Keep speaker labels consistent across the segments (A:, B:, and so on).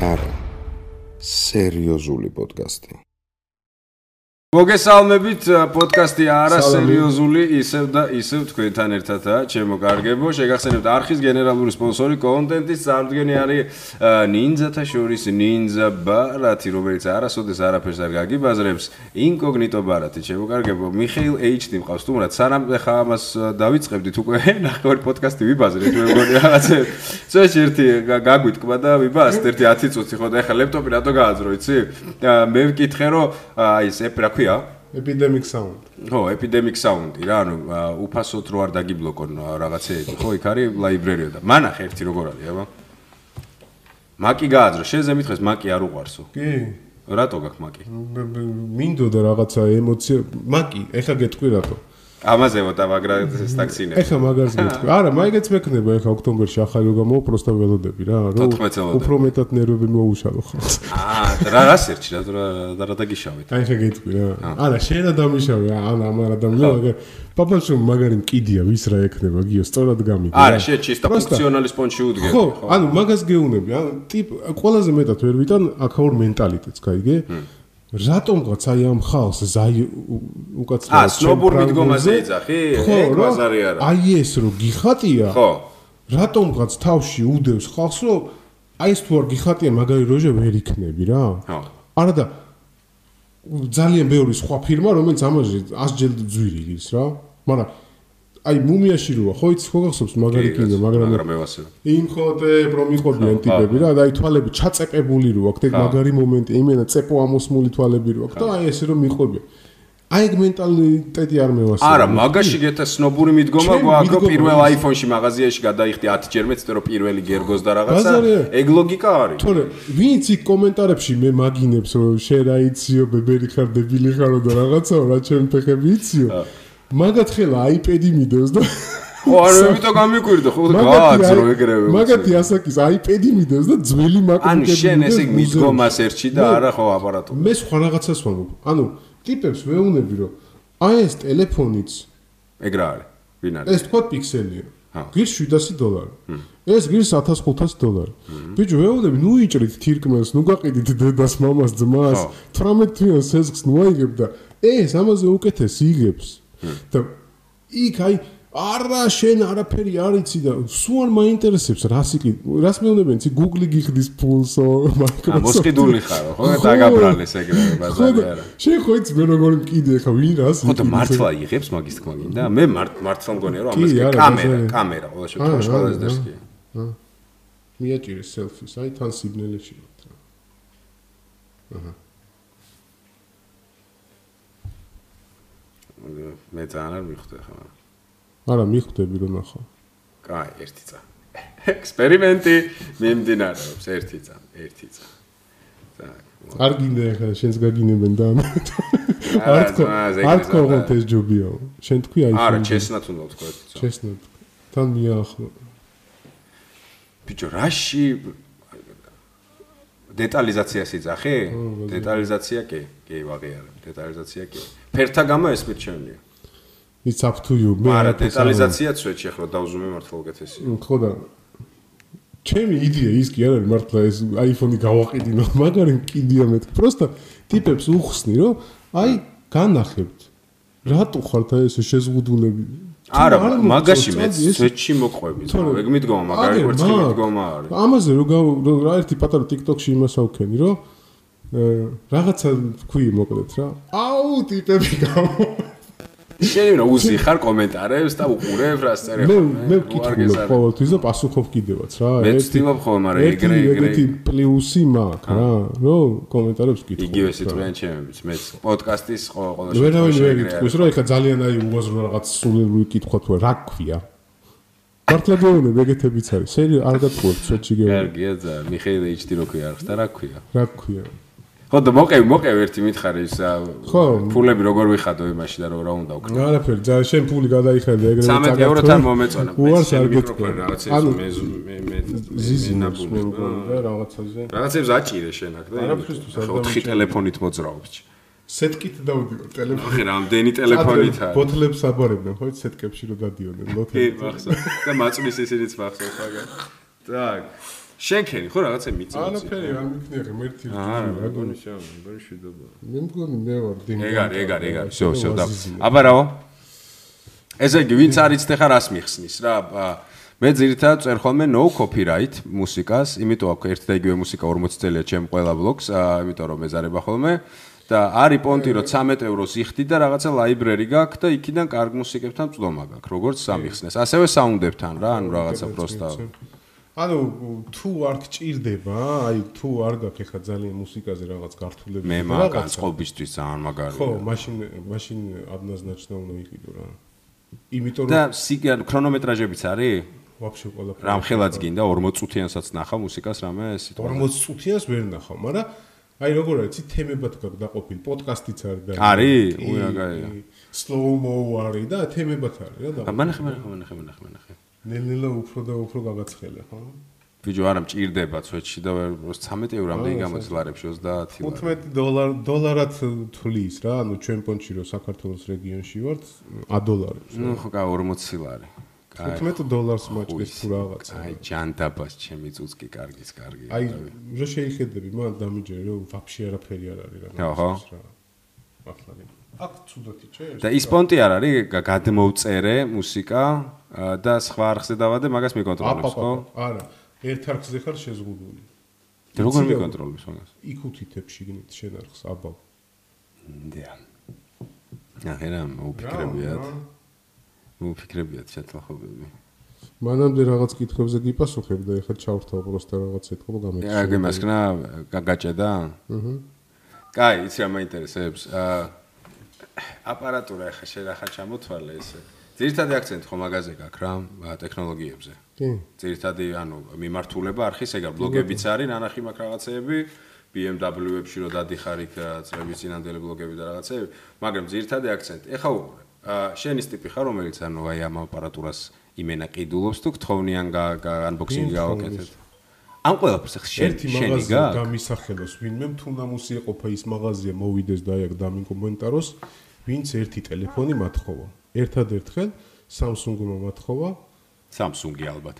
A: არა. სერიოზული პოდკასტი.
B: მოგესალმებით პოდკასტი არა
C: სალამი.
B: სერიოზული ისევ და ისევ თქვენთან ერთადაა ჩემო კარგებო შეგახსენებთ არხის გენერალური სპონსორი კონტენტის წარმოდგენი არის ა, ნინძათა შორის ნინძა ბარათი რომელიც არასოდეს არაფერს არ გაგიბაზრებს ინკოგნიტო ბარათი ჩემო კარგებო მიხეილ ეიჩდი მყავს თუმცა სანამ ხა ამას ა, დავიწყებდით უკვე ნახევარი პოდკასტი ვიბაზრეთ მე მგონი რაღაცა წეშ ერთი გა- გაგვიტკვა და ვიბაზრთ ერთი 10 წუთი ხო და ეხლა ლეპტოპი რატო გააძრო იცი ა, მე ვკითხე რომ აი ეს ep რა ქვია
C: Epidemic Sound.
B: ხო, ეპიდემიკ საუნდი რა, ანუ ა, უფასოდ რო არ დაგიბლოკონ ა, რაღაცეები, ხო, იქ არის ლაიბრერიო და მანახე ერთი როგორ არის, აბა. მაკი გააძრო, შეზე მითხეს მაკი არ უყარსო.
C: კი.
B: რატო გაქვს მაკი?
C: მ- მ- მინდოდა რაღაცა ემოცია. მაკი, ეხა გეტყვი რატო?
B: ამაზე ვატა მაგრად ეს ტაქსინები.
C: ეხა მაგას გეტყვი. არა, მაიგეც მექნება ეხა ოქტომბერში ახალი რო გამო, просто ველოდები რა, რომ
B: 14
C: უფრო მეტად ნერვები მოუშალო ხო.
B: აა, რა რა სერჩი რა რა რა- რა დაგიშავეთ.
C: აი ეხა გეტყვი რა. არა, შენ ადამიანშავე, ან ამ არ ადამიანო, მაგრამ პაპაშო მაგარი მკიდია, ვის რა ექნება, გიო, სწორად გამიგე.
B: არა, შე ჩისტა
C: Просто-
B: ფუნქციონალი სპონჯი უდგები,
C: ხო,
B: ხო?
C: ანუ მაგას გეუბნები, ანუ ტიპ ყველაზე მეტად ვერ ვიტან აქაურ მენტალიტეტს, გაიგე? რატომღაც აი ამ ხალხს ზაი უ- უკაცრავად
B: აა, ცნობურ
C: ჩემ ფრანგულზე-
B: მიდგომაზე ეძახი?
C: ხო,
B: ეგ
C: რა,
B: ბაზარი არა.
C: აი ეს რო გიხატია,
B: ხო.
C: რატომღაც თავში უდევს ხალხს, რომ აი ეს თუ არ გიხატია მაგარი როჟა ვერ იქნები რა.
B: ხო.
C: არა და ძალიან ბევრი სხვა ფირმა, რომელიც ამაზე 100 ჯერ ძვირი ის რა, მაგრამ აი მუმიაში როა, ხო იცი ხო გახსოვს მაგარი კინო, მაგრამ
B: მაგრამ ევასე.
C: იმხოთე პრომიყვებიან ტიპები რა და აი თვალები ჩაწეპებული რო აქვს ეგ
B: ხა.
C: მაგარი მომენტი იმენა წეპო ამოსმული თვალები რო აქვს და აი ესე რომ მიყვებიან აი ეგ მენტალიტეტი არ მევასება
B: არა, მაგაში გეტა ცნობური მიდგომა
C: ჩემი
B: გვაქვს, რომ
C: მიდგომა
B: პირველ
C: არის.
B: iPhone-ში მაღაზიაში გადაიხდი 10 ჯერ მეც, რომ პირველი გერგოს და რაღაცა.
C: ბაზარი არა.
B: ეგ ლოგიკა არის.
C: თორე ვინც იქ კომენტარებში მე მაგინებს რომ შენ რა იციო ბებერი ხარ დებილი ხარო და რაღაცაო რა ჩემ ფეხები იციო მაგათ ხელა iPad-ი მიდევს და
B: ხო, არა, იმიტომ გამიკვირდა, ხო,
C: მაგათი
B: გააძრო
C: აი-
B: ეგრევე.
C: მაგათი ასაკის iPad-ი მიდევს და ძველი MacBook-ი
B: ანუ შენ ესე
C: მიდევს მუზეუმში.
B: მიდგომას ერთში და
C: მე-
B: არა ხო აპარატული.
C: მე სხვა რაღაცას ვამბობ. ანუ ტიპებს ვეუბნები, რომ აი ეს ტელეფონიც,
B: ეგ რა არის? ვინ არის?
C: ეს თქვა პიქსელია.
B: ჰა.
C: გირს 700 დოლარი. ეს გირს 1500 დოლარი. ბიჭო, ვეუბნები, ნუ იჭრით თირკმელს, ნუ გაყიდით დედას, მამას, ძმას,
B: ხო.
C: 18 თვიან სესხს ნუ აიგებ და ეს ამაზე უკეთეს იგებს. და იქ აი არა შენ არაფერი არ იცი და სულ არ მაინტერესებს რას იყი რას მეუბნებიან ცი Google-ი გიხდის ფულსო
B: ა,
C: Microsoft-ი.
B: მოსყიდული ხარო, ხო, დაგაბრალეს ეგრევე
C: ხო
B: ბაზარი
C: და
B: არა.
C: შენ ხო იცი მე როგორი მკიდე ხა ვინ რას
B: ხო და
C: იყიდებს?
B: მართლა იღებს მაგის თქმა გინდა? მე მართ მართლა მგონია რომ
C: კი,
B: ამას
C: არა,
B: კამერა,
C: ბაზარი.
B: კამერა ყველა
C: არა,
B: შემთხვევაში
C: არა,
B: ყველა ეს
C: არა.
B: დასკია.
C: მიაჭირეს სელფის აი თან სიგნალებში
B: მე ძალიან არ მიხვდი ხა. მაგრამ.
C: არა მიხვდები რომ ახლა
B: კაი, ერთი წა. ექსპერიმენტი მიმდინარეობს, ერთი წა, ერთი წა. так.
C: არ გინდა ახლა შენს გაგინებენ და ამ- არ თქო
B: ზმაას ეგრე
C: არ თქო
B: ზრდა.
C: რომ ეს ჯობიაო შენ თქვი აი
B: არა,
C: შენ-
B: ჩესნათ უნდა ვთქვა ერთი წა.
C: ჩესნად თან მიაახლო
B: ბიჭო, რაში დეტალიზაციას იძახე?
C: ბაზარი.
B: დეტალიზაცია კი, კი ვაღიარებ, დეტალიზაცია კი. ფერთა გამა ეს მირჩევნია.
C: it's up to you მე
B: არა,
C: არაფერს არ
B: დეტალიზაცია წვეთში ახლა დავზუმე მართლა უკეთესია.
C: ხო და ჩემი იდეა ის კი არ არის მართლა ეს iPhone-ი გავაყიდინო, მაგარი მკიდია მეთქი. просто ტიპებს უხსნი, რომ აი განახებთ. რატო ხართ აი ესე შეზღუდულები? თუ
B: არა,
C: არ მოგწონს,
B: მაგაში მე
C: წადი ეს-
B: წვეთში მოყვები.
C: თორე-
B: ეგ მიდგომა, მაგარი
C: აგერ
B: ვერცხლი
C: მაგ.
B: მიდგომა არის.
C: ამაზე რო გავ- რო რა ერთი პატარა TikTok-ში იმას ავქენი, რომ ე, რაღაცა თქვი მოკლედ რა. აუ ტიპები გამო.
B: შენი რა უზიხარ კომენტარებს და უყურებ რას წერე
C: მე
B: ხოლმე.
C: მე
B: უარგეს
C: ვკითხულობ
B: არ-
C: ყოველთვის და პასუხობ კიდევაც რა.
B: მე
C: ერთი-
B: ვცდილობ ხოლმე, მაგრამ
C: ერთი-
B: ეგრე- ეგრე-
C: ეგეთი პლუსი მაქვს რა, რომ კომენტარებს ვკითხულობ.
B: იგივე
C: რა.
B: სიტყვიან ჩემებიც მეც პოდკასტის ყო- ყველა
C: ვერავინ ვერ
B: შემთხვევაში
C: გიტყვის
B: ეგრეა.
C: რომ ეხა ძალიან აი უაზრო რაღაც სულელური კითხვა თუ რა ქვია მართლა გეუბნები ეგეთებიც არის სერი არ გატყუებ სვეტში გეუბნები
B: კარგია ძა მიხეილ HD რო ქვია ხსნა რა ქვია
C: რა ქვია
B: ხო და მოყევი მოყევი ერთი მითხარი ის ა,
C: ხო.
B: ფულები როგორ ვიხადო იმაში და რომ რა უნდა ვქნა
C: არაფერი ძალიან შენ პული გადაიხედე ეგრევე
B: 13
C: წაგართვა.
B: ევროთან მომეწონა
C: უარს არ
B: გიტყვი
C: გეტყვი
B: რაღაცა
C: ანუ
B: მე მე მე
C: ზიზინებს მე
B: ნაბუნებ,
C: მგონი და რაღაცაზე
B: რაღაცებს აჭირე შენ აქ და
C: არაფერს თუ სადამ
B: 4 ტელეფონით მოძრაობს ჩ.
C: სეტკით დავდივარ ტელეფონით
B: ხე რამდენი ტელეფონით არის
C: ბოთლებს აბარებდნენ ხო იცი, სეტკებში რომ გადიოდნენ
B: კი
C: ლოთი
B: მახსოვს და მაწვის ისინიც მახსოვს მაგრამ так შენქენი ხო რაღაცა მიწოც.
C: ანაფერი არ მიქნია ღმერთი
B: აა,
C: რთული, რა გონი.
B: როგორი შევ, როგორი შედობა.
C: მე მგონი მე ვარ დინგი
B: ეგარ, ეგარ, ეგარ. всё, всё, და. აბა რაო? ესე იგი, ვინც არ იცდე ხარ ას მიხსნის რა. ა, მე ძირითადად წერ ხოლმე no copyright მუსიკას, იმიტომ აქ ერთ და იგივე მუსიკა 40 წელია ჩემ ყველა ბლოგს, ა, იმიტომ რომ ეზარება ხოლმე და არის პონტი რომ 13 ევროს იხდი და რაღაცა ლაიბრერი გაქვს და იქიდან კარგ მუსიკებთან წვდომა გაქვს, როგორც სამიხსნეს. ასევე საუნდებთან რა, ანუ რაღაცა პროსტა.
C: ანუ თუ არ გჭირდება, აი თუ არ გაქვს ეხა ძალიან მუსიკაზე რაღაც გართულები
B: მე
C: და
B: მაგან
C: რაღაცა,
B: წყობისთვის ძალიან მაგარია.
C: ხო, მაშინ მაშინ однозначно უნდა იყიდო რა. იმიტომ
B: და
C: რომ
B: სიგა ქრონომეტრაჟებიც არის?
C: ვაფშე ყველაფერი
B: რამხელაც გინდა 40 წუთიანსაც ნახა მუსიკას რამე სიტყვა.
C: 40 წუთიანს ვერ ნახავ, მაგრამ აი როგორ არის, იცი თემებად გაქვს დაყოფილი, პოდკასტიც არის და
B: არის? უი, აგარია.
C: სლოუმო არის და თემებად არის რა და
B: მანახე მანახე მანახე მანახე მანახე.
C: ნელ-ნელა უფრო და უფრო გაგაცხელა, ხო?
B: ბიჭო არა მჭირდება წვეთში და ვერ- 13 ევრამდე გამოცდილარებში 30 ლარი.
C: 15 დოლარ დოლარად თulis რა, ანუ ჩვენ პონჩი რო საქართველოს რეგიონში ვართ, ა დოლარებს.
B: ნუ ხო კა 40 ლარი. კაი,
C: 15 დოლარს მაჭდეს
B: ხუის.
C: თუ რაღაცა.
B: აი ჯანდაბას ჩემი წუწკი კარგის კარგი.
C: აი, რა შეიძლება მან დამიჯერე რომ ვაფშე არაფერი არ არის რა.
B: ოჰო.
C: რა. ახლარი. აქ ცუდათი ჩერ.
B: და ის პონტი არ არის გა- გადმოვწერე მუსიკა ა, და სხვა არხზე დავადე მაგას მიკონტროლებს
C: აპაპა.
B: ხო?
C: არა, ერთ არხზე ხარ შეზღუდული.
B: და როგორ
C: იცი რა?
B: მიკონტროლებს მაგას?
C: იქ უთითებს შიგნით შენ არხს, აბა.
B: ნდია. ახლა რა
C: რა,
B: მოფიქრებიათ?
C: რა.
B: მოფიქრებიათ შეთანხმებები.
C: მანამდე რაღაც კითხვებზე გიპასუხებ და ეხლა ჩავრთავ პროსტა რაღაც ეთქვა და გამეკეთე.
B: რა გემასკნა გა- გაჭედა?
C: აჰა.
B: კაი, იცი რა მაინტერესებს. აა აპარატურა ახლა შეიძლება ჩამოთვალე ესე. ძირითადი აქცენტი ხო მაგაზე გაქვს რა, ა, ტექნოლოგიებზე.
C: კი.
B: ძირითადი ანუ მიმართულება არხის ეგა ბლოგებიც არის, ნანახი მაქვს რაღაცეები, BMW-ებში რო დადიხარ იქ რა, წლების წინანდელი ბლოგები და რაღაცეები, მაგრამ ძირითადი აქცენტი. ეხლა უყურე. აა შენ ის ტიპი ხარ, რომელიც ანუ აი ამ აპარატურას იმენა ყიდულობს თუ გთხოვნი ან გა- გა- unboxing-ი გავაკეთეთ. ამ ყველაფერს ახლა შენ
C: ერთი
B: შენი
C: მაღაზია
B: გაქვს?
C: გამისახელოს ვინმე თუნამუსი ეყოფა ის მაღაზია მოვიდეს და აიგ დამიკომენტაროს ვინც ერთი ტელეფონი მათხოვა ერთადერთ ხელ Samsung-მა მათხოვა
B: Samsung-ი ალბათ.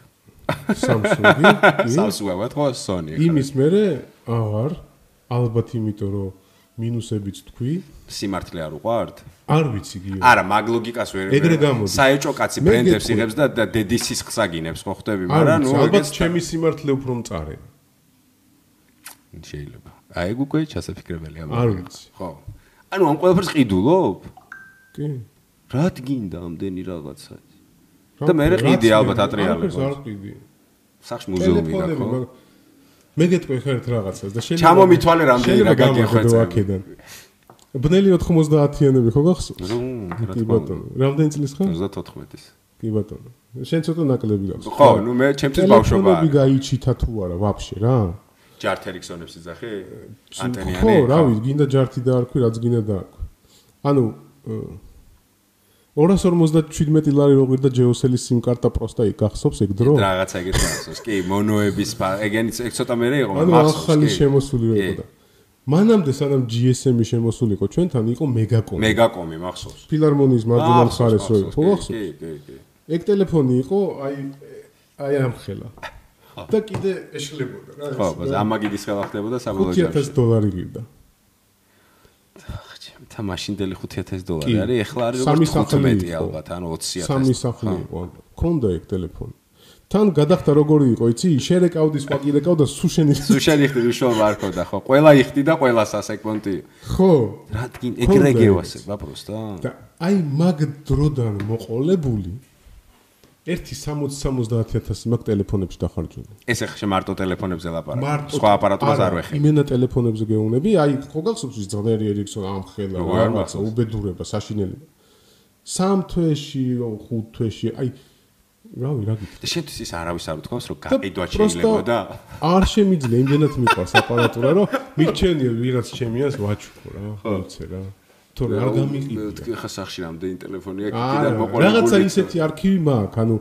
C: Samsung-ი კი.
B: Samsung-ი ალბათ ხო Sony-ი. ხარ.
C: იმის მერე აღარ ალბათ იმიტომ რომ მინუსებიც თქვი
B: სიმართლე არ უყვართ?
C: არ ვიცი გიო
B: არა, მაგ ლოგიკას ვერ
C: ეგრე გამოდის.
B: საეჭო კაცი
C: მე
B: ბრენდებს
C: გეტყვი.
B: იღებს და და დედის სისხლს აგინებს, ხო ხვდები,
C: არ
B: მაგრამ
C: ვიცი,
B: ნუ
C: ალბათ
B: ეგეც
C: ჩემი სიმართლე უფრო მწარე
B: შეიძლება. აი ეგ უკვე ჩასაფიქრებელია. მაგრამ.
C: არ ვიცი
B: ხო. ანუ ამ ყველაფერს ყიდულობ?
C: კი
B: რა გინდა ამდენი რაღაცა? და მე რა ყიდი, ალბათ ატრიალებ.
C: არაფერს არ ყიდი
B: სახში მუზეუმი
C: ტელეფონები
B: გაქო.
C: მაგ- მე გეტყვი ხარ ერთ რაღაცას და შეიძლება
B: ჩამომითვალე რამდენი რა
C: შეიძლება
B: გაგიხვეწე.
C: გამოვიდო აქედან. ბნელი 90-იანები ხო გახსოვს?
B: ზუ, რა
C: კი
B: თქმა უნდა.
C: ბატონო. რამდენი წლის ხარ?
B: 34-ის.
C: კი ბატონო. შენ ცოტა ნაკლები გახსოვს.
B: ხო, ნუ მე ჩემთვის ბავშვობა
C: ტელეფონები
B: არის.
C: გაიჩითა თუ არა ვაფშე რა?
B: ჯარტერიქსონებს იძახი?
C: ხო,
B: ანტენიანი.
C: რა ვიცი, გინდა ჯართი დაარქვი, რაც გინდა დაარქვი. ანუ ე, 257 ლარი როგირდა ჯეოსელის სიმკარტა პროსტა იქ გახსოვს ეგ დრო?
B: რაღაცა ეგეთ მახსოვს. კი, მონოების, ფა- ეგენიც ეგ ცოტა მერე იყო, მაგრამ
C: ანუ
B: მახსოვს.
C: ახალი
B: კი.
C: შემოსული რო
B: კი.
C: იყო და მანამდე სანამ GSM-ი შემოსულიყო ჩვენთან იყო მეგაკომი
B: მეგაკომი მახსოვს.
C: ფილარმონიის მარჯვენა მხარეს რო იყო ხო
B: კი,
C: ხსოვს
B: კი, კი.
C: ეგ ტელეფონი იყო აი აი ამ ხელა და კიდე ეშლებოდა რა
B: ხო, ბაზ ამაგიდის ხელა ხდებოდა საბოლოო ჯამში.
C: 5000 დოლარი გირდა
B: თა მაშინდელი 5000 დოლარი არის, ეხლა არის
C: სამი
B: როგორც
C: სახლი
B: 15
C: იყო.
B: ალბათ, ანუ 20000.
C: სამი სახლი იყო ალბათ. ქონდა ეგ ტელეფონი თან გადახდა როგორი იყო იცი შერეკავდი სხვა კი რეკავდა სუ შენი
B: თუ შენ იხდი უშო არ ხოდა ხო, ყველა იხდი და ყველა სასეკმონტი.
C: ხო
B: რა თქინ
C: ქონდა
B: ეგრე
C: ეგეც.
B: გევასება პროსტა.
C: და აი მაგ დროდან მოყოლებული ერთი 60-70000 მაგ ტელефონებში დახარჯული.
B: ეს ეხლა შე მარტო ტელეფონებზე ლაპარაკი. სხვა აპარატურას არ ვეხი.
C: იმენა ტელეფონებზე გეუბნები, აი ხო გახსოვს ის ძღნერი ერიქსონ ამ ხელა
B: როგორ
C: რაღაცა
B: მახსოვს?
C: უბედურება საშინელი. სამ თვეში, ო, ხუთ თვეში, აი რავი რა გიქ.
B: და შენთვის ის არავის არ უთქვამს, რომ გაყიდვა შეიძლებოდა.
C: არ შემიძლია იმდენად მიყვარს აპარატურა, რომ მიჩენია ვიღაც ჩემიანს ვაჩუქო რა, ვიცე რა. თორე არ გამიყიდა.
B: ხა სახში რამდენი ტელეფონია კიდე
C: არა,
B: მოყოლებული.
C: რაღაცა ისეთი არქივი მაქვს, ანუ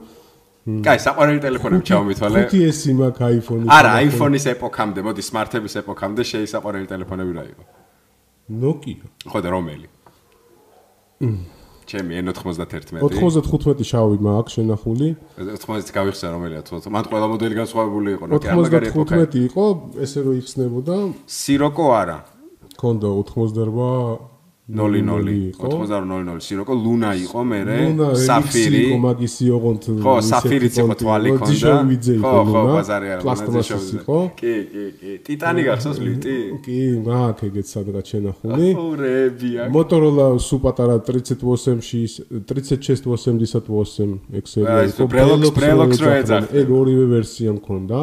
B: კაი, საყვარელი ტელეფონები ჩამოვithვალე.
C: 5S-ი მაქვს iPhone-ის.
B: არა, iPhone-ის ეპოქამდე, მოდი smartების ეპოქამდე შეისაყვარელი ტელეფონები რა იყო.
C: Nokia.
B: ხო და რომელი? ჩემი N91
C: 95 შავი მაქვს შენახული.
B: 90 გავიხსენე რომელია 90 მან ყველა მოდელი განსხვავებული იყო ნუ კი არ მაგარი ეპოქა
C: 95 იყო, ესე რომ იხსნებოდა,
B: სიროკო არა
C: ქონდა 88
B: 00
C: იყო.
B: 9800 სიროკო ლუნა იყო მერე
C: ლუნა
B: საფირი
C: იყო მაგისი ოღონდ
B: ხო საფირიც იყო თვალი ქონდა
C: დიშოვიძე იყო
B: ხო ხო
C: ლუნა,
B: ბაზარი არა
C: პლასტმასის
B: დიშოვიძე.
C: იყო
B: კი კი კი ტიტანი გახსოვს ლიტი
C: კი მაქვს ეგეც სადღაც შენახული
B: ორებია
C: Motorola სუ პატარა 30 WSM-ში 36 WSM-დისა 8
B: აა,
C: XL
B: ეს Brelox- Brelox რო ეძახდნენ.
C: ეგ ორივე ვერსია მქონდა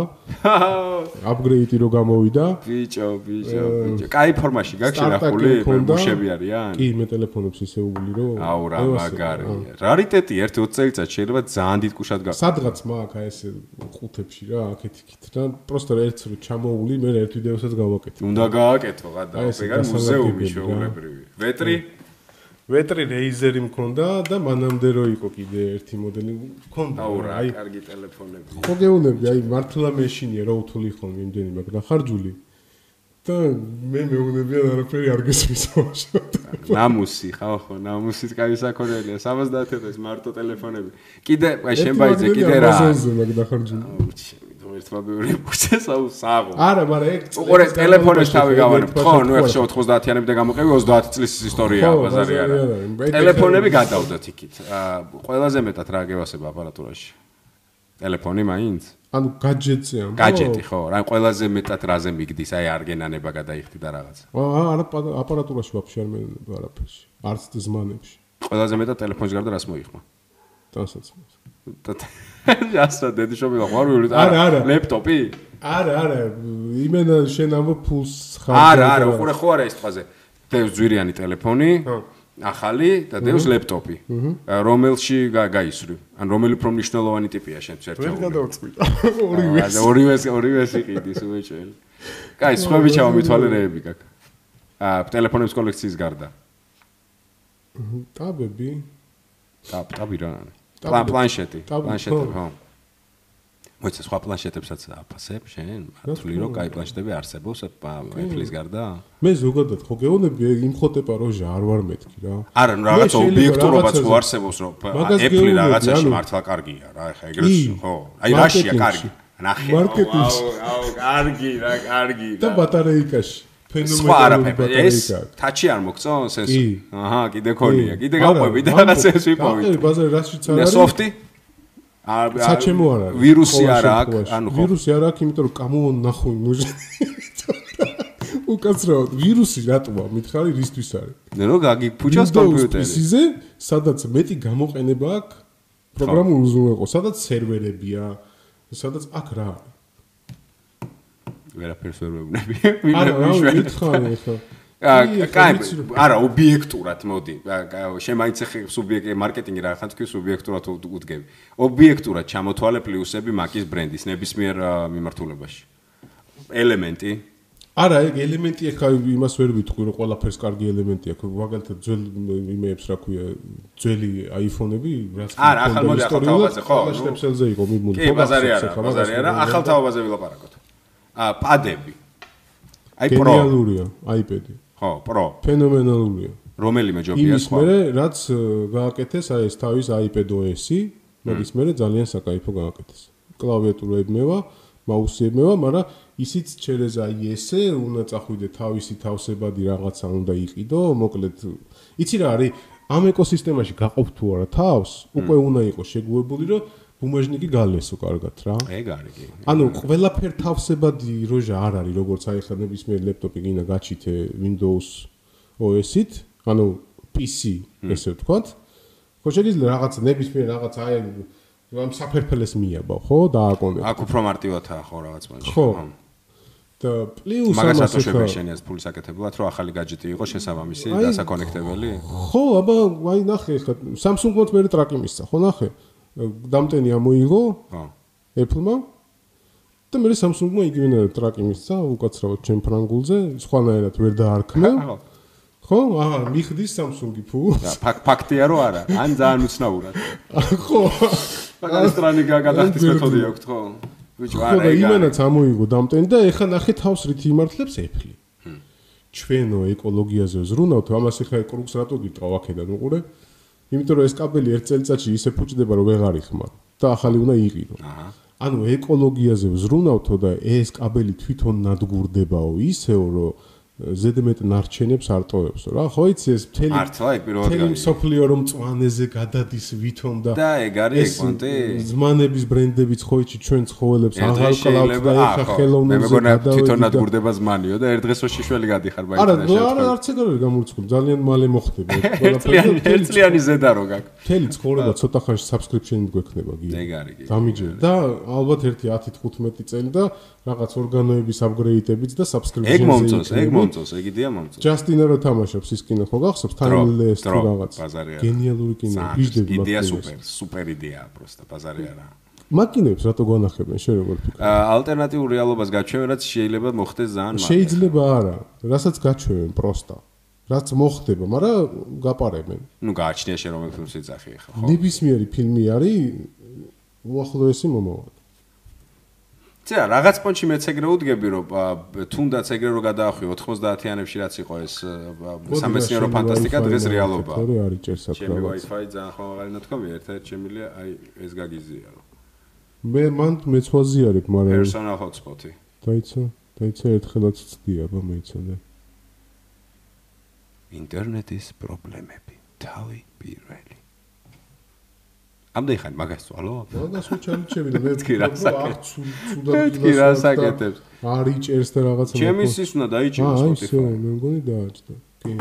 C: აპგრეიდი რო გამოვიდა
B: ბიჭო ბიჭო ბიჭო კაი ფორმაში გაქვს შენახული
C: სტარტაკი მქონდა.
B: მუშები არიან
C: კი მე ტელეფონებს ისე ვული რომ
B: აუ რა
C: ევასე, აა.
B: მაგარია რარიტეტი 1-20 წელიწად შეიძლება ძალიან დიდ კუშად გა
C: სადღაც მაქვს აი ესე ყუთებში რა აქეთ იქით და პროსტო ერთ რო ჩამოული მე ერთ ვიდეოსაც გავაკეთე
B: უნდა გააკეთო გადა
C: აი, ეს
B: ეგარ მუზეუმი
C: გასალაგებელი, რა.
B: შეურებრივი ვეტრი
C: ვეტრი რეიზერი მქონდა და მანამდე რო იყო კიდე ერთი მოდელი მქონდა
B: აუ რა
C: აი
B: კარგი ტელეფონები
C: ხო გეუბნები აი მართლა მეშინია რა უთული ხომ იმდენი მაგრამ ხარჯული და მე მეუბნებიან არაფერი არ გესმის ამაში
B: ნამუსი ხაო ხო ნამუსით კაი საქონელია 70000 მარტო ტელეფონები კიდე აი შენ ბაიძე კიდე რა
C: ამაზონზე მაგდა ხარჯული
B: აუ შემიძლია ერთმა მეორე ფუჩეს აუ საღო
C: არა მაგრამ ეგ
B: უყურე ტელეფონის თავი გავანებ ხო ნუ ეხშე 90-იანები და გამოყევი 30 წლის ისტორია
C: ხო,
B: ბაზარი არა
C: ბაზარი არა. მე
B: ტელეფონები გადავდოთ იქით აა, ყველაზე მეტად რა გევასება აპარატურაში ტელეფონი მაინც
C: ანუ გაჯეტზე ამ
B: გაჯეტი ხო რა ყველაზე მეტად რაზე მიგდის აი არგენანება გადაიხდი და რაღაც
C: აა არა პა- აპარატურაში ვაფშე არ მენდებ არაფერში. არც ზმანებში.
B: ყველაზე მეტად ტელეფონის გარდა რას მოიხმა
C: დასაცმელს.
B: და- ასა დედიშობი და ყვარული და
C: არა, არა.
B: ლეპტოპი
C: არა, არა, იმენა შენ ამ ფულს ხარ.
B: არა არა უყურე ხო არა ეს ტყაზე დევს ძვირიანი ტელეფონი
C: ხო.
B: ახალი და დევს ლეპტოპი აა, რომელში გა- გაისრივ ან რომელი უფრო მნიშვნელოვანი ტიპია შენ
C: ვერ
B: ერთეული
C: გადავწყვიტა. ორივე.
B: და ორივე ორივე სიყიდის უეჭელი. კაი, სხვები ჩამომithვალე რეები გაქვს. აა ტელეფონების კოლექციის გარდა.
C: ტაბები.
B: ტაბ ტაბი რა. პლან
C: ტაბლეტი.
B: პლანშეტი,
C: ტაბლეტი,
B: პლანშეტი,
C: ხო.
B: ხო. მოიცა სხვა პლანშეტებსაც აფასებ შენ?
C: რა
B: მართლი რომ კაი პლანშეტები არსებობს Apple-ის გარდა?
C: მე ზოგადად ხო გეუბნები ეგ იმხოტება როჟა არ ვარ მეთქი რა.
B: არა, ნუ რაღაცა
C: შეიძლება
B: ობიექტურობაც
C: რაღაცაზე-
B: ხო არსებობს რომ
C: მაგას
B: Apple
C: გეუბნები,
B: რაღაცაში
C: ანუ-
B: მართლა კარგია რა, ეხა ეგრეს
C: კი.
B: ხო. აი რაშია
C: მარკეტინგში.
B: კარგი? ნახე.
C: მარკეტინგში.
B: აუ, აუ, კარგი რა, კარგი რა.
C: და ბატარეიკაში.
B: სხვა
C: ფენომენალური
B: არაფერი ეს
C: ბატარეიკა. აქვს.
B: ტაჩი არ მოგწო
C: კი.
B: სენსორი აჰა კიდე ქონია კიდე
C: არა,
B: გავყვები და
C: ვამბობ,
B: რაღაცებს ვიპოვი
C: გავყევი ბაზარი რაშიც არ
B: და
C: არის.
B: სოფტი არ არ-
C: საჩემო არ არის.
B: ვირუსი
C: ყოველ
B: არ აქვს
C: შემთხვევაში.
B: ანუ ხო
C: ვირუსი არ აქვს, იმიტომ რომ გამოვონ ნახო ნუჟი. უკაცრავად, ვირუსი რატოა, მითხარი, რისთვის არის?
B: ნუ გაგიფუჭოს კომპიუტერი
C: PC-ზე, სადაც მეტი გამოყენება აქვს პროგრამულ უზრუნველყო, სადაც სერვერებია, სადაც აქ რა არის?
B: ვერაფერს ვერ მეუბნები
C: არა,
B: ვინმე
C: რა
B: მიშველი
C: ვითხარი ხო?
B: აა,
C: კი, ახლა
B: კაი,
C: ვიცი რომ-
B: არა, ობიექტურად მოდი. აა, კაი, შენ მაინც ხე სუბიექტი მარკეტინგი რა ხან თქვი სუბიექტურად უ- უდგები. ობიექტურად ჩამოთვალე პლუსები მაკის ბრენდის ნებისმიერ აა, მიმართულებაში. ელემენტი,
C: არა, ეგ ელემენტი ახლა იმას ვერ ვიტყვი, რომ ყველაფერს კარგი ელემენტი აქვს. მაგალითად, ძველ იმეებს რა ქვია, ძველი iPhone-ები, რაც
B: არა, ახალ მოდელ ახალთავაზე, ხო,
C: ყველა
B: ნუ.
C: შტებსელზე იყო მიმული.
B: კი,
C: ხო,
B: ბაზარი
C: გახსოვს
B: არა,
C: ახლა,
B: ბაზარი
C: მაგას
B: არა,
C: ვერ
B: ახალ თავაზე ვილაპარაკოთ. აა, პადები. აი პრო,
C: გენიალურია iPad-ი.
B: ხო, პრო.
C: ფენომენალურია.
B: რომელიმე ჯობია
C: იმის
B: სხვა.
C: მერე, რაც э, გააკეთეს აი ეს თავის iPadOS-ი, მაგის მერე ძალიან საკайფო გააკეთეს. კლავიატურა ებმევა, მაუსი ებმევა, მაგრამ ისიც ჩერეს აი ესე უნდა წახვიდე თავისი თავსებადი რაღაცა უნდა იყიდო, მოკლედ იცი რა არის ამ ეკოსისტემაში გაყოფ თუ არა თავს, უკვე უნდა იყოს შეგუებული, რომ ბუმაჟნიკი გალესო კარგად რა.
B: ეგ არის კი.
C: ანუ ყველაფერ თავსებადი როჟა არ არის, როგორც აი ხა ნებისმიერ ლეპტოპი გინდა გაჩითე Windows OS-ით, ანუ PC ესე ვთქვათ. ხო შეიძლება რაღაც ნებისმიერ რაღაც აი ამ საფერფელეს მიაბავ, ხო, დააკონე.
B: აქ უფრო მარტივადაა ხო რაღაც მაგაში.
C: ხო. და პლუს
B: მაგას
C: ამას
B: რატო
C: ხა
B: შეგეშენიათ ფულის აკეთებლად, რომ ახალი გაჯეტი იყო შესაბამისი
C: აი,
B: დასაკონექტებელი?
C: ხო, აბა, აი ნახე ხა Samsung-ს მე ტრაკი მისცა, ხო ნახე. დამტენი ამოიღო
B: ხო.
C: Apple-მა და მე Samsung-მა იგივენად ტრაკი მისცა, უკაცრავად ჩემ ფრანგულზე, სხვანაირად ვერ დაარქმე.
B: ხო.
C: ხო? აა, მიხდის Samsung-ი ფულს.
B: რა, ფაქ- ფაქტია რომ არა, ან ძალიან უცნაურად.
C: ხო.
B: მაგარი სტრანი გადახდის
C: ან
B: მეთოდი აქვს ხო? ბიჭო,
C: ხო
B: არა,
C: და
B: ეგ არის.
C: იმანაც ამოიგო დამტენი და ეხა ნახე თავს რით იმართლებს ეფლი. ჩვენო ეკოლოგიაზე ზრუნავთ, ამას ეხა კრუგს რატო გიტყავ აქედან უყურე? იმიტომ რომ ეს კაბელი ერთ წელიწადში ისე ფუჭდება რომ ვეღარ იხმა და ახალი უნდა იყიდო. ანუ ეკოლოგიაზე ვზრუნავთო და ეს კაბელი თვითონ ნადგურდებაო ისეო რომ ზედმეტ ნარჩენებს არ ტოვებსო რა ხო იცი ეს მთელი
B: მართლა ეგ პირველად
C: მთელი
B: გამიგე.
C: მსოფლიო რომ წვანეზე გადადის ვითომ და
B: და ეგ არის
C: ეს
B: ეგვანტი?
C: ზმანების ბრენდებიც ხო იცი ჩვენ ცხოველებს
B: ერთ
C: აღარ
B: დღეს
C: კლავთ
B: შეიძლება
C: და
B: აა,
C: ეხა
B: ხო. მე
C: ხელოვნებაზე
B: მეგონა
C: გადავედი
B: თვითონ
C: და-
B: ადგურდება ზმანიო და ერთ დღეს ვაშიშველი გადიხარ
C: არა,
B: მაგითაა
C: ნუ არა, არც ეგ არ არის გამორიცხული. ძალიან მალე მოხდება. ეს ყველაფერი
B: ერთლიანი
C: და მთელი
B: ერთლიანი ზედა რო გაქვს.
C: მთელი ცხოვრება ცოტა ხანში subscription-ით გვექნება გია.
B: ეგ არის, კი.
C: დამიჯერ და ალბათ ერთი 10-15 წელი და რაღაც ორგანოების upgrade-ებიც და subscription-ზე.
B: ეგ მომწონს, ეგ მომწონს, ეგ იდეა მომწონს.
C: ჯასტინა რო თამაშობს ის კინო ხო გახსოვს?
B: დრო,
C: თანილეს თუ
B: დრო,
C: რაღაც.
B: ბაზარი არა.
C: გენიალური კინო. ვიждები
B: იდეა სუპერ, სუპერ იდეაა, просто ბაზარი არა.
C: მაკინებს რატო განახებენ შე როგორ ფიქრობ?
B: აა, ალტერნატიულ რეალობას გაჩვენებაც შეიძლება მოხდეს ძალიან მალე.
C: შეიძლება არა, რასაც გაჩვევენ პროსტა. რაც მოხდება, მაგრამ გაპარებენ.
B: ნუ გააჩნია შენ რომელ ფილმს ეძახი ახლა, ხო?
C: ნებისმიერი ფილმი არის უახლოესი მომავალი.
B: ცე რაღაც პონჩი მეც ეგრე უდგები რომ ა, თუნდაც ეგრე რომ გადაახვიო 90-იანებში რაც იყო ეს სამეცნიერო ფანტასტიკა დღეს რეალობაა.
C: თორე არის ჭერსად
B: ჩემი
C: რაღაც.
B: Wi-Fi ძალიან ხმამაღალი ნათქვამია, ერთ-ერთი შემილია აი ეს გაგიზია რა.
C: მე მან მეცვაზიარებ, მაგრამ
B: Personal hotspot-ი.
C: დაიცა, დაიცა ერთხელაც ცდია, აბა მეიცადე.
B: ინტერნეტის პრობლემები. თავი პირველი. ამდენ ხარ მაგას წვალო?
C: რაღაც უჩამჩები და მე
B: მეთქი, რა საკეთებს.
C: ცუდად
B: მეთქი, რა საკეთებს.
C: არის ჭერს და რაღაცა.
B: ჩემი
C: მოყვა.
B: სისუნა
C: აა,
B: დაიჭირა
C: აი, всё,
B: Spotify.
C: მე მგონი დააჭდა. კი.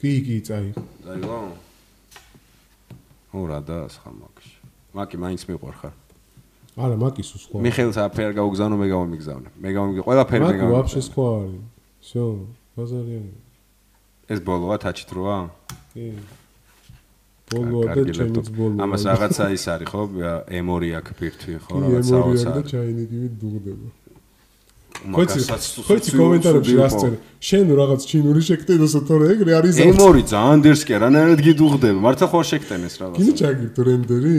C: კი, კი, წაიღო.
B: დაიგო? ო რა დას ხამაკში. მაკი მაინც მიყვარხარ.
C: არა, მაკის უსხვა.
B: მიხეილს აფერ გაუგზავნო, მე გამომიგზავნე. მე გამომიგე, ყველაფერი მე
C: მაკი ვაფშე
B: გამომიგზავნე.
C: სხვა არის. всё, ბაზარი არის.
B: ეს ბოლოა ტაჩით როა?
C: კი. ბოლოა და
B: კარგი
C: ჩემიც
B: ლეპტოპი.
C: ბოლოა.
B: ამას რაღაცა ის არის ხო? M2 აქვს ბირთვი ხო?
C: კი,
B: რაღაცა
C: ემორიან
B: 20
C: და
B: არის.
C: ჩაინიგი დუღდება. ხოიცი,
B: მაგასაც სულ-
C: ხოიცი
B: სულ-
C: კომენტარებში
B: სულ-
C: რასწერ. შენ რაღაც ჩინური შეკტინოსო თორე ეგრე არის ზამთარი.
B: M2 ძალიან დერს კი არანაირად გიდუღდება. მართლა ხო არ შეგტენეს
C: გინდა
B: რაღაცა.
C: ჩაგირთო რენდერი?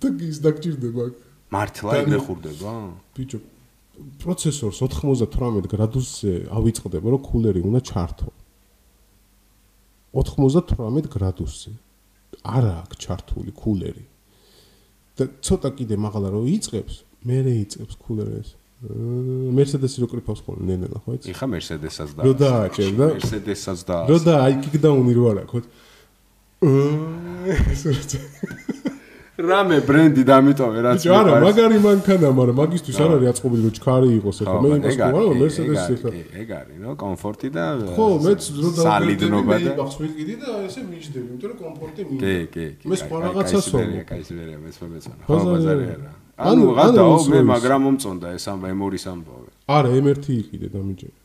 C: და ის დაგჭირდება. აქ.
B: მართლა ეგრე ხურდება?
C: ბიჭო, პროცესორს 98 გრადუსზე ავიწყდება, რომ კულერი უნდა ჩართო. 98 გრადუსზე. არა აქვს ჩართული კულერი. და ცოტა კიდე მაღლა რო იწებს, მე რე იწებს კულერს. მერსედესი რო კრიფავს ხოლმე ნენელა, ხო იცი?
B: იხა Mercedes-ას და.
C: რო დააჭერ და
B: Mercedes-ას და.
C: რო და აი კიკდაუნი რო არ აქვს. აა, ეს რა წა-
B: რამე ბრენდი დამიტოვე რაც
C: ბიჭო არა
B: მეყარს.
C: მაგარი მანქანა მაგრამ მაგისტვის არ არის აწყობილი რომ ჩქარი იყოს ახლა მე იმას
B: ეგ
C: ვარ
B: არის,
C: მერსედესი
B: ეგ
C: ახლა
B: არის, ეგ არის ნო კომფორტი და
C: ხო მეც რო
B: სალიდნობა და
C: ბახს ვიყიდი და ესე მიჯდები იმიტომ რომ კომფორტი
B: კი
C: მიიღე
B: კი კი
C: მე სხვა რაღაცას ვამბობ.
B: ვარ მეცმებეცანა ხო
C: ბაზარი
B: ბაზარი
C: არა.
B: არა ანუ
C: ანუ-
B: რა
C: ანუ
B: დაო
C: ის
B: მე
C: როის.
B: მაგრამ მომწონდა ეს ამ M2 სამბავე
C: არა M1 იყიდე დამიჯერე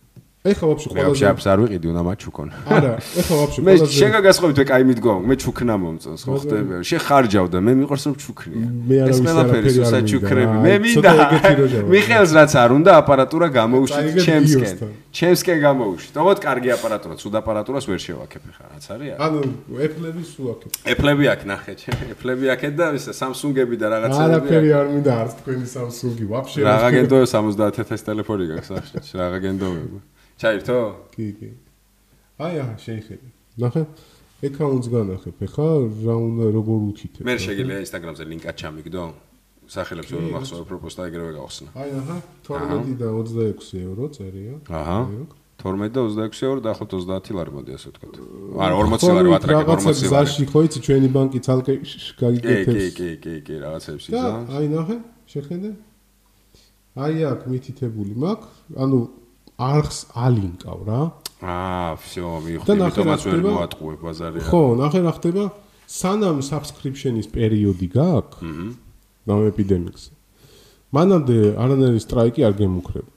C: ეხლა ვაფშე
B: მე
C: ყველაზე
B: აფშაბს არ ვიყიდი უნდა მაჩუკონ
C: არა ეხლა ვაფშე
B: მე
C: ყველაზე
B: შეგა გასხოვით მე კაი მიდგო მე ჩუქნა მომწონს ხო ხდება შე ხარჯავდა მე მიყვარს რომ ჩუქნია
C: მე არავის
B: ეს ყველაფერი
C: არაფერი არ მინდა.
B: სუსაჩუქრები
C: აი,
B: მე
C: ცოტა
B: მინდა
C: ეგეთი რო ჟავ.
B: მიხელს რაც არ უნდა აპარატურა გამოუშვით
C: წაიგეთ
B: ჩემსკენ
C: დიოსთან.
B: ჩემსკენ გამოუშვით თუმცა კარგი აპარატურა ცუდ აპარატურას ვერ შევაქებ ხა რაც არის არა
C: ანუ ეფლები სულ აქეთ
B: ეფლები აქ ნახე ჩემ ეფლები აქეთ და ისა სამსუნგები და რაღაცები
C: არაფერი არ მინდა არც თქვენი Samsung-ი ვაფშე
B: რა გაგენდოე 70000 ტელეფონი გაქვს ახლა რა გაგენდოება ჩაირთო
C: კი კი აი აა შეიძლება ნახე ეკაუნტს განახებ ეხლა რა უნდა როგორ უთითებ
B: მე შეგიძლია ინსტაგრამზე ლინკად ჩამიგდო სახელებს ვერ მახსოვე პროპოსტა ეგრევე გავხსნა
C: აი აჰა 12 და 26 euро წერია
B: აჰა 12 და 26 eur და ახლა 30 ლარი მოდი ასე ვთქვათ არა 40
C: ხოლმე
B: ლარი ვატრაკებ
C: რაღაცა
B: 40 ლარი
C: გზაში ხო იცი ჩვენი ბანკი ცალკე
B: კი კი
C: გაიგეთებს
B: კი კი კი რაღაცებს
C: და
B: იზა
C: აი ნახე შეხედე აი აქ მითითებული მაქვს ანუ არხს ალინკავ რა
B: აა всё
C: და
B: მივხვდი
C: ნახე,
B: მითომაც
C: რა
B: ვერ
C: ხდება?
B: მოატყუე ბაზარი
C: ხო ნახე რა ხდება სანამ subscription-ის პერიოდი გაქვს ამ ეპიდემიკს მანამდე არანაირი სტრაიკი არ გემუქრება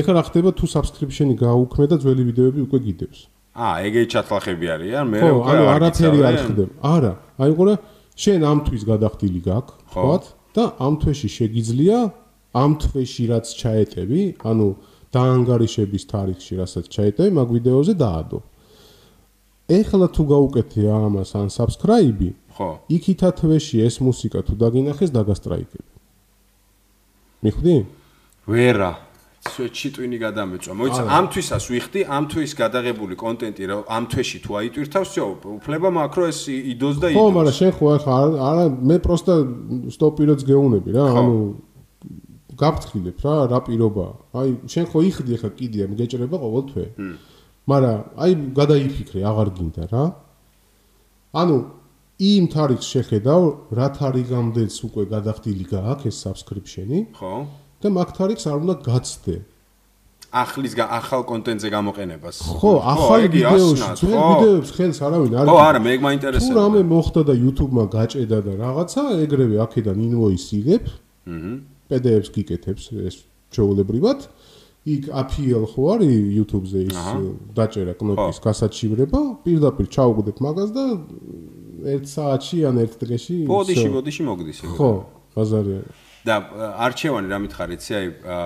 C: ეხლა რა ხდება თუ subscription-ი გაუქმე და ძველი ვიდეოები უკვე გიდევს
B: აა ეგეი ჩათლახები არიან მე
C: ხო,
B: უკვე
C: ანუ არაფერი
B: გიცავენ.
C: არ ხდება. არა, აი ყურე, შენ ამ თვის გადახდილი გაქვს,
B: ხო.
C: თქვათ და ამ თვეში შეგიძლია ამ თვეში რაც ჩაეტები, ანუ დაანგარიშების თარიღში რასაც ჩაეტები, მაგ ვიდეოზე დაადო. ეხლა თუ გაუკეთე ამას ან subscribe-ი,
B: ხო
C: იქითა თვეში ეს მუსიკა თუ დაგინახეს, დაგასტრაიკები. მიხვდი?
B: ვერა სვეჩი ტვინი გადამეწვა. მოიცა
C: არა.
B: ამ თვისას ვიხდი, ამ თვის გადაღებული კონტენტი რა ამ თვეში თუ აიტვირთავს, всё, უფლება მაქრო ეს ი- იდოს და
C: ხო,
B: იდოს.
C: მაგრამ შენ ხო ახლა არ- არა მე პროსტა სტოპიროც გეუნები რა,
B: ხო.
C: ანუ გაფრთხილებ რა, რა პირობაა. აი, შენ ხო იხდი ახლა კიდია მგეჭრება ყოველთვე. მაგრამ აი გადაიფიქრე, აღარ გინდა რა. ანუ იმ თარიღს შეხედავ, რა თარიღამდეც უკვე გადახდილი გააქვს ეს subscription-ი
B: ხო?
C: და მაგ თარიღს არ უნდა გაცდე.
B: ახლის გა- ახალ კონტენტზე გამოყენებას.
C: ხო, ახალ
B: იგი
C: ვიდეოში,
B: ასნად,
C: ძველ
B: ხო?
C: ვიდეოებს ხელს არავინ არ
B: ხო, არა, მე
C: თუ
B: მაინტერესებს.
C: რამე მოხდა და YouTube-მა გაჭედა და რაღაცა, ეგრევე აქედან invoice იღებ,
B: აჰა.
C: PDF-ს გიკეთებს ეს ჩაოლებრივად. იქ APL ხო არის YouTube-ზე ის
B: აჰა.
C: დაჭერა კნოპის
B: ხო.
C: გასაჩივრება, პირდაპირ ჩაუგდებ მაგას და ერთ საათში ან ერთ დღეში
B: ბოდიში,
C: ისე.
B: ბოდიში მოგდის ეგ.
C: ხო, ბაზარი არა.
B: და ა, არჩევანი რა მითხარ იცი აი ა,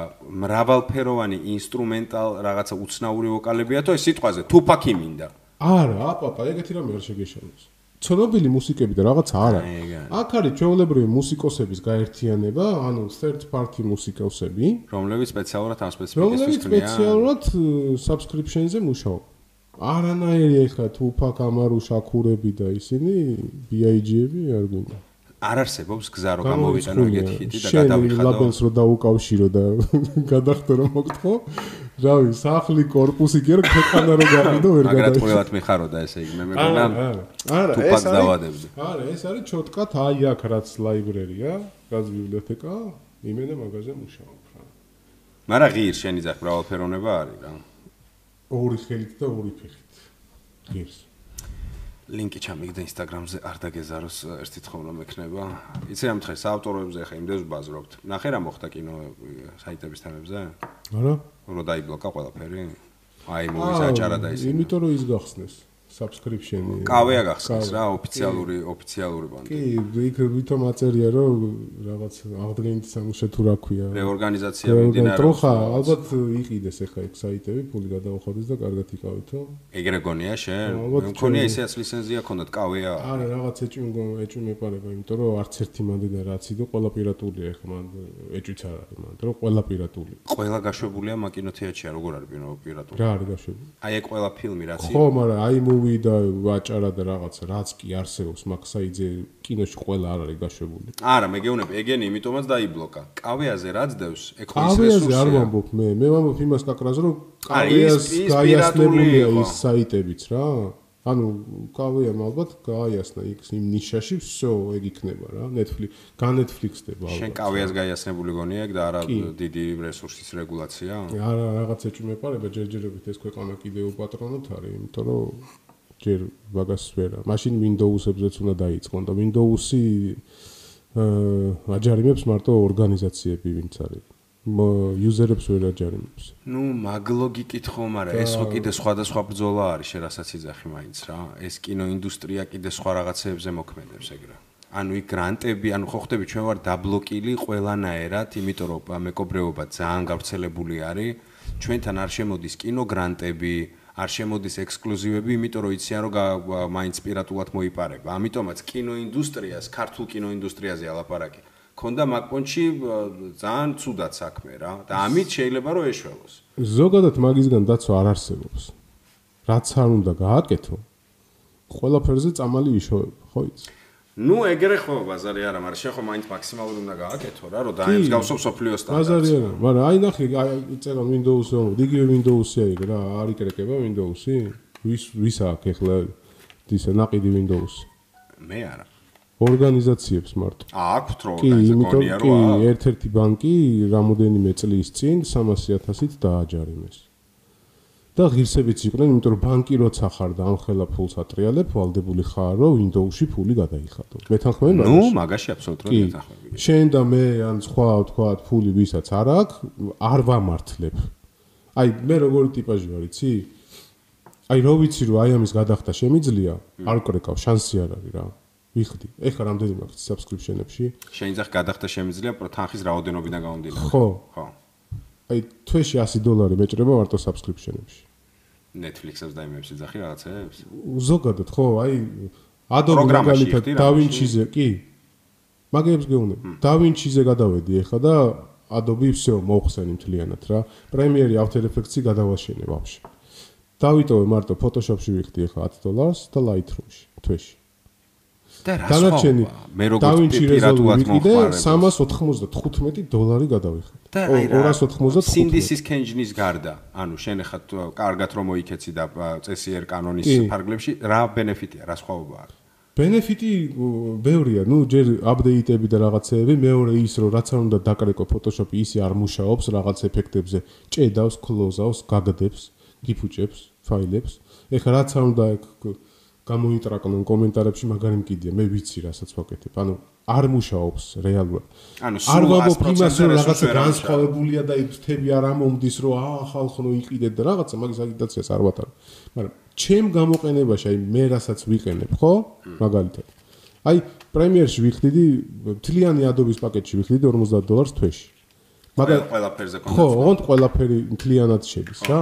B: მრავალფეროვანი ინსტრუმენტალ რაღაცა უცნაური ვოკალებია თუ ეს სიტყვაზე თუფაკი მინდა
C: არა, აპაპა, ეგეთი რამე არ შეგეშალოს. ცნობილი მუსიკები და რაღაც არა.
B: აი, ეგ არის.
C: აქ არის ჩვეულებრივი მუსიკოსების გაერთიანება, ანუ third party მუსიკოსები,
B: რომლებიც სპეციალურად ამ სპეციფიკისთვის
C: რომლებიც
B: ქმნიან
C: სპეციალურად ე, subscription-ზე მუშაობ. არანაირი ეხლა თუფა კამარუ შაქურები და ისინი BIG-ები არ გვინდა.
B: არ არსებობს გზა რომ გამოვიტანო ეგეთი ჰიტი და
C: შენ
B: გადავიხადო
C: ლაბელს რო დაუკავშირო და გადახტო რომ მოგთხოვ, რავი, სახლი, корпуსი კი არა, ქვეყანა რო გაყიდო, ვერ
B: მაგრამ
C: გადაიხადო.
B: ყველათ მიხაროდა ესე იგი მე
C: არა,
B: მეგონა
C: არა. არა,
B: თუ
C: ეს
B: პაკს
C: არის.
B: დავადებდი.
C: არა, ეს არის ჩოტკათ აი აქ რაც ლაიბრერია, რაც ბიბლიოთეკა, იმენა მაგაზე მუშაობ რა.
B: მაგრამ ღირს შენი ძახ მრავალფეროვნება არის რა
C: ორი ხელით და ორი ფეხით. გირს.
B: ლინკი ჩამიგდა ინსტაგრამზე არ დაგეზაროს ერთი თხოვნა მექნება. იცი რა მითხრე საავტოროებზე ხა იმდენს ბაზრობთ. ნახე რა მოხდა კინო ე, საიტების თემებზე?
C: არა?
B: რომ დაიბლოკა ყველაფერი. აი მოვის აჭარა და ისე.
C: იმიტომ რომ ის გახსნეს subscription-ი.
B: კავეა გახსნის
C: კავე.
B: რა ოფიციალური ოფიциალური ბანდი.
C: კი, იქ ვითომ აწერია რომ რაღაც აღდგენით სამუშე თუ რა ქვია.
B: რეორგანიზაცია მიმდინარეობს.
C: ტროხა ალბათ იყიდეს ეხა ეგ საიტები, პული გადაუხადეს და კარგად იყავითო.
B: ეგრე გონია შენ?
C: ალბათ
B: მე მქონია
C: ჩვენ-
B: ისეაც ლიცენზია ქონდათ კავეა.
C: არა რაღაც ეჭვი ეჭვი მეყარება, იმიტომ რომ არც ერთი მანდენა რაც იდო, ყველა пиратულია ეხლა მან ეჭვიც არ არის მან, რომ ყველა пиратული.
B: ყველა გაშვებულია მაკინოთეატრში, როგორ არის პინო პირატული.
C: რა არის გაშვებული?
B: აი ეგ ყველა ფილმი რაც
C: ხო, მაგრამ iMovie და ვაჭარა და რაღაცა რაც კი არსებობს მაქსაიძე კინოში ყველა არ არის გაშვებული.
B: არა, მე გეუბნები, ეგენი იმიტომაც დაიბლოკა. კავეაზე რაც დევს, ეგ ხო ის
C: კავეაზე არ
B: რესურსია.
C: ვამბობ მე, მე ვამბობ იმას კაკრაზე რომ
B: არა, ის-
C: კავეას
B: ის პირატული
C: გაიასნებულია
B: იყო.
C: ის საიტებიც რა. ანუ კავეამ ალბათ გაიასნა იქ იმ ნიშაში, всё, ეგ იქნება რა, Netflix, განetflix-დება
B: შენ
C: ალბათ.
B: კავეას გაიასნებული გონია ეგ და არა
C: კი.
B: დიდი რესურსის რეგულაცია?
C: არა რაღაც ეჭვი მეპარება ჯერჯერობით ეს ქვეყანა კიდევ პატრონოთ არის იმიტომ რომ ჯერ ბაგას ვერა მაშინ Windows-ებზეც უნდა დაიწყონ და Windows-ი აა აჯარიმებს მარტო ორგანიზაციები ვინც არის მ- იუზერებს ვერ აჯარიმებს
B: ნუ მაგ ლოგიკით ხომ არა, ეს ხო კიდე სხვადასხვა ბრძოლა არის, შე რასაც იძახი მაინც რა. ეს კინოინდუსტრია კიდე სხვა რაღაცეებზე მოქმედებს ეგრე. ანუ იქ გრანტები, ანუ ხო ხდები ჩვენ ვარ დაბლოკილი ყველანაირად, იმიტომ რომ ა, მეკობრეობა ძალიან გავრცელებული არის. ჩვენთან არ შემოდის კინო გრანტები, არ შემოდის ექსკლუზივები, იმიტომ რომ იციან რომ გა- მაინც პირატულად მოიპარება. ამიტომაც კინოინდუსტრიას, ქართულ კინოინდუსტრიაზე ალაპარაკი. ქონდა მაგპონჩი ა, ძალიან ცუდად საქმე რა და ამით შეიძლება რომ ეშველოს.
C: ზოგადად მაგისგან დაცვა არ არსებობს რაც არ უნდა გააკეთო ყველაფერზე წამალი იშოვება ხო იცი
B: ნუ ეგრე ხო ბაზარი არა, მაგრამ შეხო მაინც მაქსიმალური უნდა გააკეთო რა, რომ დაემსგავსო სოფლიო
C: ბაზარი
B: სტანდარტს.
C: არა მაგრამ აი ნახე აი წერა Windows-ი ამბობ იგივე Windows-ი აიგ რა არ იკრეკება Windows-ი ვის ვის აქვს ახლა ისა ناقიდი Windows-ი
B: მე არა.
C: ორგანიზაციებს მარტო
B: ა აქვთ რო
C: კი იმიტომ
B: გონია
C: კი
B: რომ აა,
C: ერთ-ერთი ბანკი რამდენიმე წლის წინ 300.000-ით დააჯარიმეს და ღირსებიც იყვნენ იმიტომ რომ ბანკი როცა ხარ და ამ ხელა ფულს ატრიალებ ვალდებული ხარ რომ Windows-ში ფული გადაიხადო მეთანხმები
B: ნუ მაგაში აბსოლუტურად
C: კი
B: მეთანხმები.
C: შენ და მე ან სხვა თქვა ფული ვისაც არ აქვს არ ვამართლებ აი მე როგორი ტიპაჟი ვარ იცი აი რო ვიცი რომ აი ამის გადახდა შემიძლია არ კრეკავ შანსი არ არის რა ვიხდი ეხლა რამდენი მაქვს subscription-ებში
B: შეიძლება გადახდა შემიძლია პრო- თანხის რაოდენობიდან გამომდინარე.
C: ხო
B: ხო.
C: აი თვეში 100 დოლარი მეჭრება მარტო subscription-ებში
B: Netflix-ებს და იმებს იძახი რაღაცეებს.
C: ზოგადად ხო აი Adobe
B: პროგრამაში
C: მაგალითად
B: ხდი რა,
C: DaVinci-ზე კი მაგებს გეუბნები DaVinci-ზე გადავედი ეხლა და Adobe всё მოხსენი მთლიანად რა. Premiere After Effects-ი გადავაშენე ვაფშე. დავიტოვე მარტო Photoshop-ში ვიხდი ახლა 10 დოლარს და Lightroom-ში თვეში.
B: და რა
C: დანარჩენი
B: სხვა მე
C: Da
B: როგორც
C: Vinci
B: პირატულად
C: Resolve-ი კიდე
B: მომხმარე
C: 395 დოლარი გადავიხდი.
B: და
C: ო,
B: აი რა
C: 295.
B: სინდისის კენჯნის გარდა, ანუ შენ ახლა თუ კარგად რომ მოიქეცი და ა, წესიერ კანონის
C: კი.
B: ფარგლებში, რა ბენეფიტია, რა სხვაობა არის?
C: ბენეფიტი ო, ბევრია, ну ჯერ აპდეიტები და რაღაცეები, მეორე ის რომ რაც არ უნდა დაკრეკო Photoshop-ი ისე არ მუშაობს რაღაც ეფექტებზე, ჭედავს, close-ავს, გაგდებს, დიფუჭებს ფაილებს. ეხლა რაც არ უნდა ეგ გამოიტრაკნონ კომენტარებში, მაგარი მკიდია, მე ვიცი რასაც ვაკეთებ. ანუ არ მუშაობს რეალურად.
B: ანუ
C: არ
B: სულ
C: ვამბობ
B: 100%
C: იმას
B: რესურსი
C: რომ რაღაცა
B: ვერ ამუშავებს.
C: განსხვავებულია და იქ ფრთები არ ამომდის რომ აა ხალხო იყიდეთ და რაღაცა მაგის აგიტაციას არ ვატარებ მაგრამ ჩემ გამოყენებაში აი მე რასაც ვიყენებ ხო მაგალითად აი პრემიერში ვიხდიდი მთლიანი Adobe-ს პაკეტში ვიხდიდი 50 დოლარს თვეში
B: ყველა
C: მაგრამ
B: ყველაფერზე
C: ხო
B: კონდენსი.
C: ოღონდ ყველაფერი მთლიანად შედის რა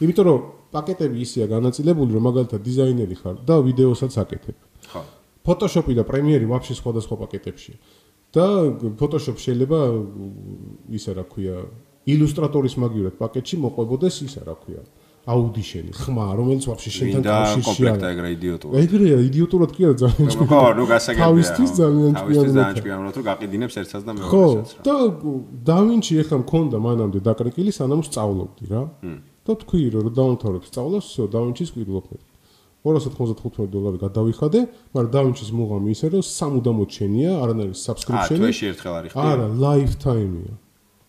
C: იმიტომ რომ პაკეტები ისეა განაწილებული რომ მაგალითად დიზაინერი ხარ და ვიდეოსაც აკეთებ
B: ხო.
C: Photoshop-ი და Premiere ვაფშე სხვადასხვა პაკეტებში. და Photoshop შეიძლება ისა რა ქვია, ილუსტრატორის მაგივრად პაკეტში მოყვებოდეს ისა რა ქვია, აუდიშენი, ხმა, რომელიც ვაფშე შენთან
B: ვინდა
C: კავშირში
B: კომპლექტა
C: არის.
B: ეგრე იდიოტური.
C: ეგრეა, იდიოტურად კი არა ძალიან
B: ხო, ნუ გასაგებია.
C: თავისთვის
B: თავისთვის
C: ძალიან
B: ძალიან
C: ჭკვიანია.
B: ჭკვიანურად რომ გაყიდინებს ერთხელს და
C: ხო,
B: მეორესაც. რა.
C: და დავინჩი ეხლა მქონდა მანამდე დაკრეკილი, სანამ სწავლობდი რა. და თქვი რომ დავამთავრებ სწავლას, всё, დავინჩის ყიდულობდი. 295 დოლარი გადავიხადე, მაგრამ დავინჩის მუღამი ისე რომ 60 ჩენია, არანაირი
B: ა
C: subscription-ი.
B: თვეში ერთხელ არის ხდი.
C: არა, lifetime-ია.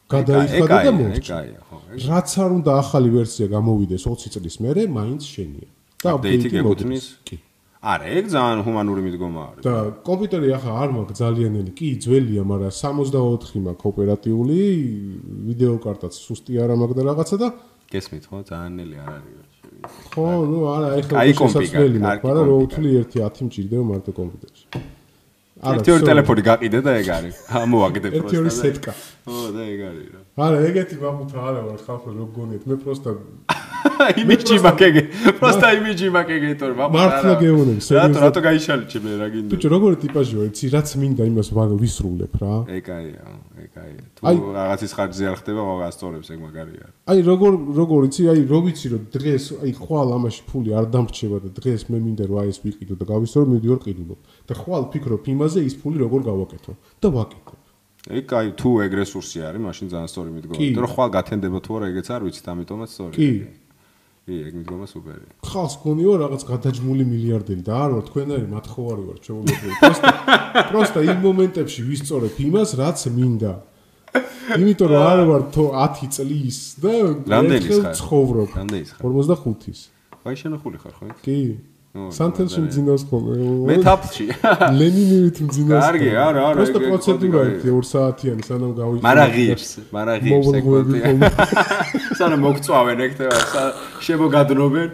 C: გადაიხადე და მოვჭი.
B: ეგაა, ხო. ეგ-
C: რაც არ უნდა ახალი ვერსია გამოვიდეს 20 წლის მერე, მაინც შენია. და
B: Update-ი
C: update-ი
B: გეკუთვნის?
C: მოდის. კი.
B: არა, ეგ ძალიან ჰუმანური მიდგომა არის.
C: და კომპიუტერი ახლა არ მაქვს ძალიანელი, კი ძველია, მაგრამ 64 მაქვს ოპერატიული, ვიდეოკარტაც სუსტი არა მაქვს და რაღაცა და
B: გესმით ხო? ძალიანელი არ არის.
C: ხო, ну არა, ახლა
B: კაი კომპი
C: შესაძლებელი
B: გაქვს,
C: მაქვს,
B: კარგი
C: მაგრამ
B: კომპი
C: რო
B: გაქვს.
C: ვთვლი 1.10 მჭირდება მარტო კომპიუტერში.
B: ერთი ორი
C: sorry,
B: ტელეფონი გაყიდე და ეგ არის. ამოვაგდე პროსტა.
C: ერთი ორი სეტკა.
B: ხო, და ეგ არის რა.
C: არა, ეგეთი მაგუთა არა ვარ, ხალხო რო გგონიათ, მე პროსტა
B: იმიჯი მაკეგე. პროსტა იმიჯი მაკეგე თორე მაგ
C: მართლა გეუბნები,
B: რატო
C: სერიოზულად.
B: რატო გაიშალჩე მე რა გინდა?
C: ბიჭო, როგორი ტიპაჟია, იცი, რაც მინდა იმას ვარ ვისრულებ რა.
B: ეგ არისო, ეგ არის. თუ
C: აი-
B: რაღაცის ხარჯზე არ ხდება, მაგასწორებს ეგ მაგარია.
C: აი როგორ როგორ იცი, აი რო ვიცი რომ დღეს აი ხვალ ამაში ფული არ დამრჩება და დღეს მე მინდა რომ აი ეს ვიყიდო და გავისწორო, მივდივარ ყიდულობ. და ხვალ ფიქრობ იმაზე ის ფული როგორ გავაკეთო და ვაკეთებ.
B: ეგ კაი, თუ ეგ რესურსი არის, მაშინ ძალიან სწორი მიდგომა.
C: კი.
B: იმიტომ რომ ხვალ გათენდება თუ არა, ეგეც არ ვიცით, ამიტომაც სწორია.
C: კი.
B: კი, ეგ მიდგომა სუპერია.
C: ხალხს გონიო რაღაც გადაჯმული მილიარდერი და არ ვარ თქვენ არის მათხოვარი ვარ ჩვეულებრივი просто просто იმ მომენტებში ვისწორებ იმას რაც მინდა იმიტომ რომ არ ვარ თო 10 წლის და
B: რამდენის
C: ერთხელ
B: ხარ?
C: ცხოვრობ
B: რამდენის ხარ?
C: 45-ის
B: აი შენახული ხარ ხო?
C: კი
B: ო,
C: სანთელში
B: მაგარია.
C: მძინავს ხოლმე
B: მე თაფლში.
C: ლენინივით მძინავს
B: კარგი,
C: ხოლმე.
B: არა, არა,
C: просто
B: ეგ- ეგ
C: პროცედურა
B: კარგია.
C: ერთი 2 საათიანი სანამ გავიწყე
B: მარაღიებს, მარაღიებს
C: მოვლღვები
B: ეგ
C: ხოლმე
B: სანამ მოგწვავენ ეგ და სა- შემოგადნობენ.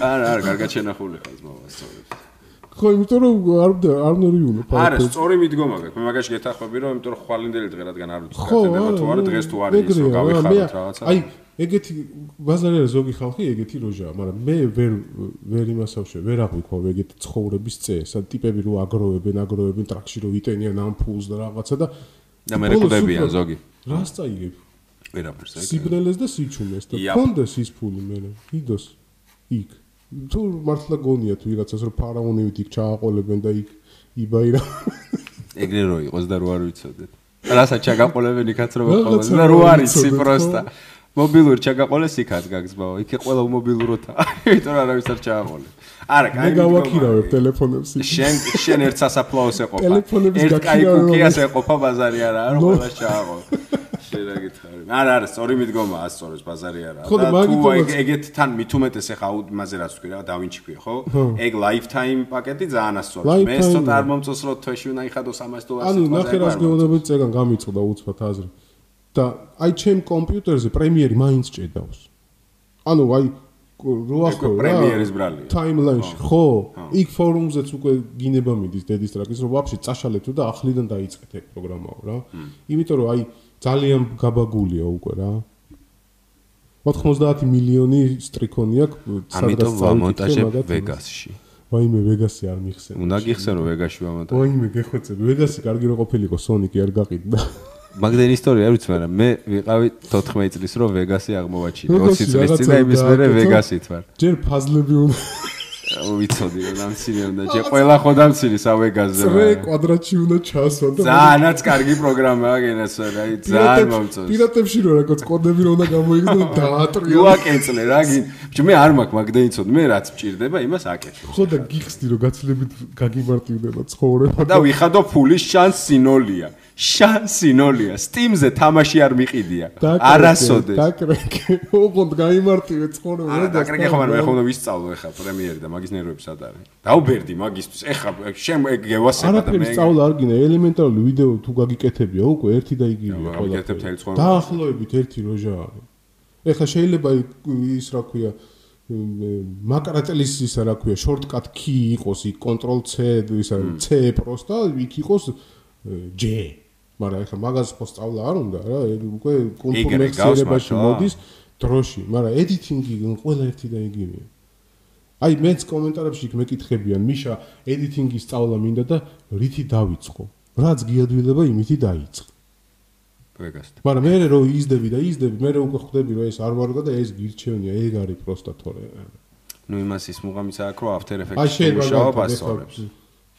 B: არა, არა, კარგად შენახული ხარ მოვასწორებს.
C: ხო იმიტომ რომ არ ვდა- არ ნორიულობ
B: არა, სწორი მიდგომა გაქვს. მე მაგაში გეთახმები რომ იმიტომ რომ ხვალინდელი დღე რადგან არ ვიცი
C: ხო,
B: გათენდება თუ არა, დღეს თუ არის ის
C: ეგრეა,
B: რომ
C: რა, მე-
B: გავიხაროთ რაღაცა.
C: აი, ეგეთი ბაზარი არის ზოგი ხალხი, ეგეთი როჟაა, მაგრამ მე ვერ ვერ იმასავშე, ვერ აღვიქვავ ეგეთი ცხოვრების წესს. ან ტიპები რო აგროვებენ, აგროვებენ ტრაქში რო ვიტენიან ამ ფულს და რაღაცა და
B: და მე
C: ბოლოს
B: რეკუდებიან
C: უფრო-
B: ზოგი.
C: რას წაიგებ?
B: ვერაფერს ეგ.
C: სიბრელეს და სიჩუმეს და
B: იაპ.
C: კონდეს ის ფული მე, იდოს იქ. თუ მართლა გონია თუ ვიღაცას რომ ფარაონივით იქ ჩააყოლებენ და იქ იბაირა
B: ეგრე რო იყოს და რო არ ვიცოდეთ. რასაც ჩაგაყოლებენ იქაც რო
C: რაღაცა
B: მოყოლეს და რო
C: რო არ
B: არ იცი
C: ვიცოდეთ,
B: პროსტა. მობილური ჩაგაყოლეს იქაც გაგზბაო. იქე ყველა უმობილუროთა. იმიტომ არავის არ ჩააყოლე. არა,
C: მე
B: კაი.
C: გავაქირავებ
B: მიგდომა.
C: ტელეფონებს იქ.
B: შენ შენ ერთ სასაფლაოს ეყოფა.
C: ტელეფონებს
B: ერთ კაი
C: გაქირავე,
B: კუკიას
C: რომ-
B: ეყოფა ბაზარი არა, არ
C: ნო.
B: ყველა ჩააყო. შენ რა გითხარი? არა, არა, სწორი მიდგომა, ასწორებს ბაზარი არა.
C: ხო და
B: და თუ ეგ
C: მაგიტომაც-
B: ეგეთ თან მithumetes ეხა აუდ- მაზე რაც თქვი რა, დავინჩი ქვია, ხო? ეგ lifetime პაკეტი ძალიან ასწორებს. მე
C: Lifetime.
B: ცოტა არ მომწოსროთ თვეში უნდა იხადო 300 დოლარს.
C: ანუ
B: სიტყვაზე,
C: ნახე
B: ეგ
C: რას
B: არ
C: გეუბნები წეგან გამიწყდა უცბად აზრი და აი ჩემ კომპიუტერზე პრემიერი მაინც ჭედავს ანუ აი კ- რო
B: ეგ
C: ახო
B: პრემიერის ბრალია.
C: ტაიმლაინში ხო იქ ფორუმზეც უკვე გინება მიდის დედის ტრაკის რომ ვაფშე წაშალეთ და ახლიდან დაიწყეთ ეგ პროგრამაო რა იმიტომ რომ აი ძალიან გაბაგულია უკვე რა 90 მილიონი სტრიქონი აქვს სადღაც
B: ვამონტაჟებ
C: მაგათ.
B: ვეგასში.
C: ვაიმე ვეგასი არ მიხსენ
B: უნდა გიხსენო ვეგასში ვამონტაჟებ.
C: ვაიმე გეხოცები ვეგასი კარგი რო ყოფილიყო სონიკი არ გაყიდდა
B: მაგდენი ისტორია ვიცი, მაგრამ მე ვიყავი 14 წლის რომ ვეგასი აღმოვაჩინე.
C: როგორც
B: 20 წლის
C: რაღაცა
B: წინ და იმის მერე
C: გააკეთო.
B: ვეგასით ვარ.
C: ჯერ ფაზლები უნდა
B: ვიცოდი რომ დამცინე უნდა ჯე ყველა ხო დამცინე სა ვეგასზე.
C: წრე
B: მაგრამ.
C: კვადრატში უნდა ჩასვა და
B: ძალიანაც კარგი პროგრამაა გენასვენ, აი ძალიან
C: პირატებს-
B: მომწონს.
C: პირატებში რა რაღაც კოდები რომ უნდა გამოიგდო და დაატრიო
B: უაკენწლე რა გინ მე არ მაქვს მაგდენიცოდ მე რაც მჭირდება იმას აკეთებ
C: ხო და გიხსნი რომ გაცილებით გაგიმარტივდება ცხოვრება
B: და ვიხადო ფულის შანსი ნოლია შანსი ნოლია სტიმზე თამაში არ მიყიდია არასოდეს
C: დაკრეკე ოღონდ გამიმარტივე ცხოვრება
B: არა
C: და
B: დაკრეკე ხო მაგრამ ეხლა უნდა ვისწავლო ეხლა პრემიერი და მაგის ნერვებს არ არის დაუბერდი მაგისთვის ეხლა შენ ეგ გევასება და
C: არაფერი
B: მე
C: სწავლა არ გინა ელემენტარული ვიდეო თუ გაგიკეთებია უკვე ერთი და იგივეა
B: რა, ვიკეთებ
C: ყველაფერი
B: თელი ცხოვრება.
C: დაახლოებით ერთი როჟა არის ეხლა შეიძლება იქ- ის რა ქვია მ, მაკრატელის ისა რა ქვია shortcut key იყოს იქ control c ისა c პროსტა იქ იყოს ე, j მაგრამ ეხლა მაგას ხო სწავლა არ უნდა რა ეგ უკვე
B: ეგრე
C: კულტურ
B: გავს
C: მექსიერებაში
B: მართლა?
C: მოდის დროში მაგრამ editing-ი ყველა ერთი და იგივეა აი მეც კომენტარებში იქ მეკითხებიან მიშა editing-ის სწავლა მინდა და რითი დავიწყო რაც გიადვილება იმითი დაიწყ
B: ვეგასთან
C: მაგრამ მე რო იზდები და იზდები მე უკვე ხვდები რომ ეს არ ვარგა და ეს გირჩევნია ეგ არის პროსტა თორე
B: ნუ იმას ის მუღამიც აქვს რომ after
C: აი
B: effects-ში
C: შეიძლება
B: მუშაობა
C: გავაკეთოთ,
B: სწორებს
C: ეხლა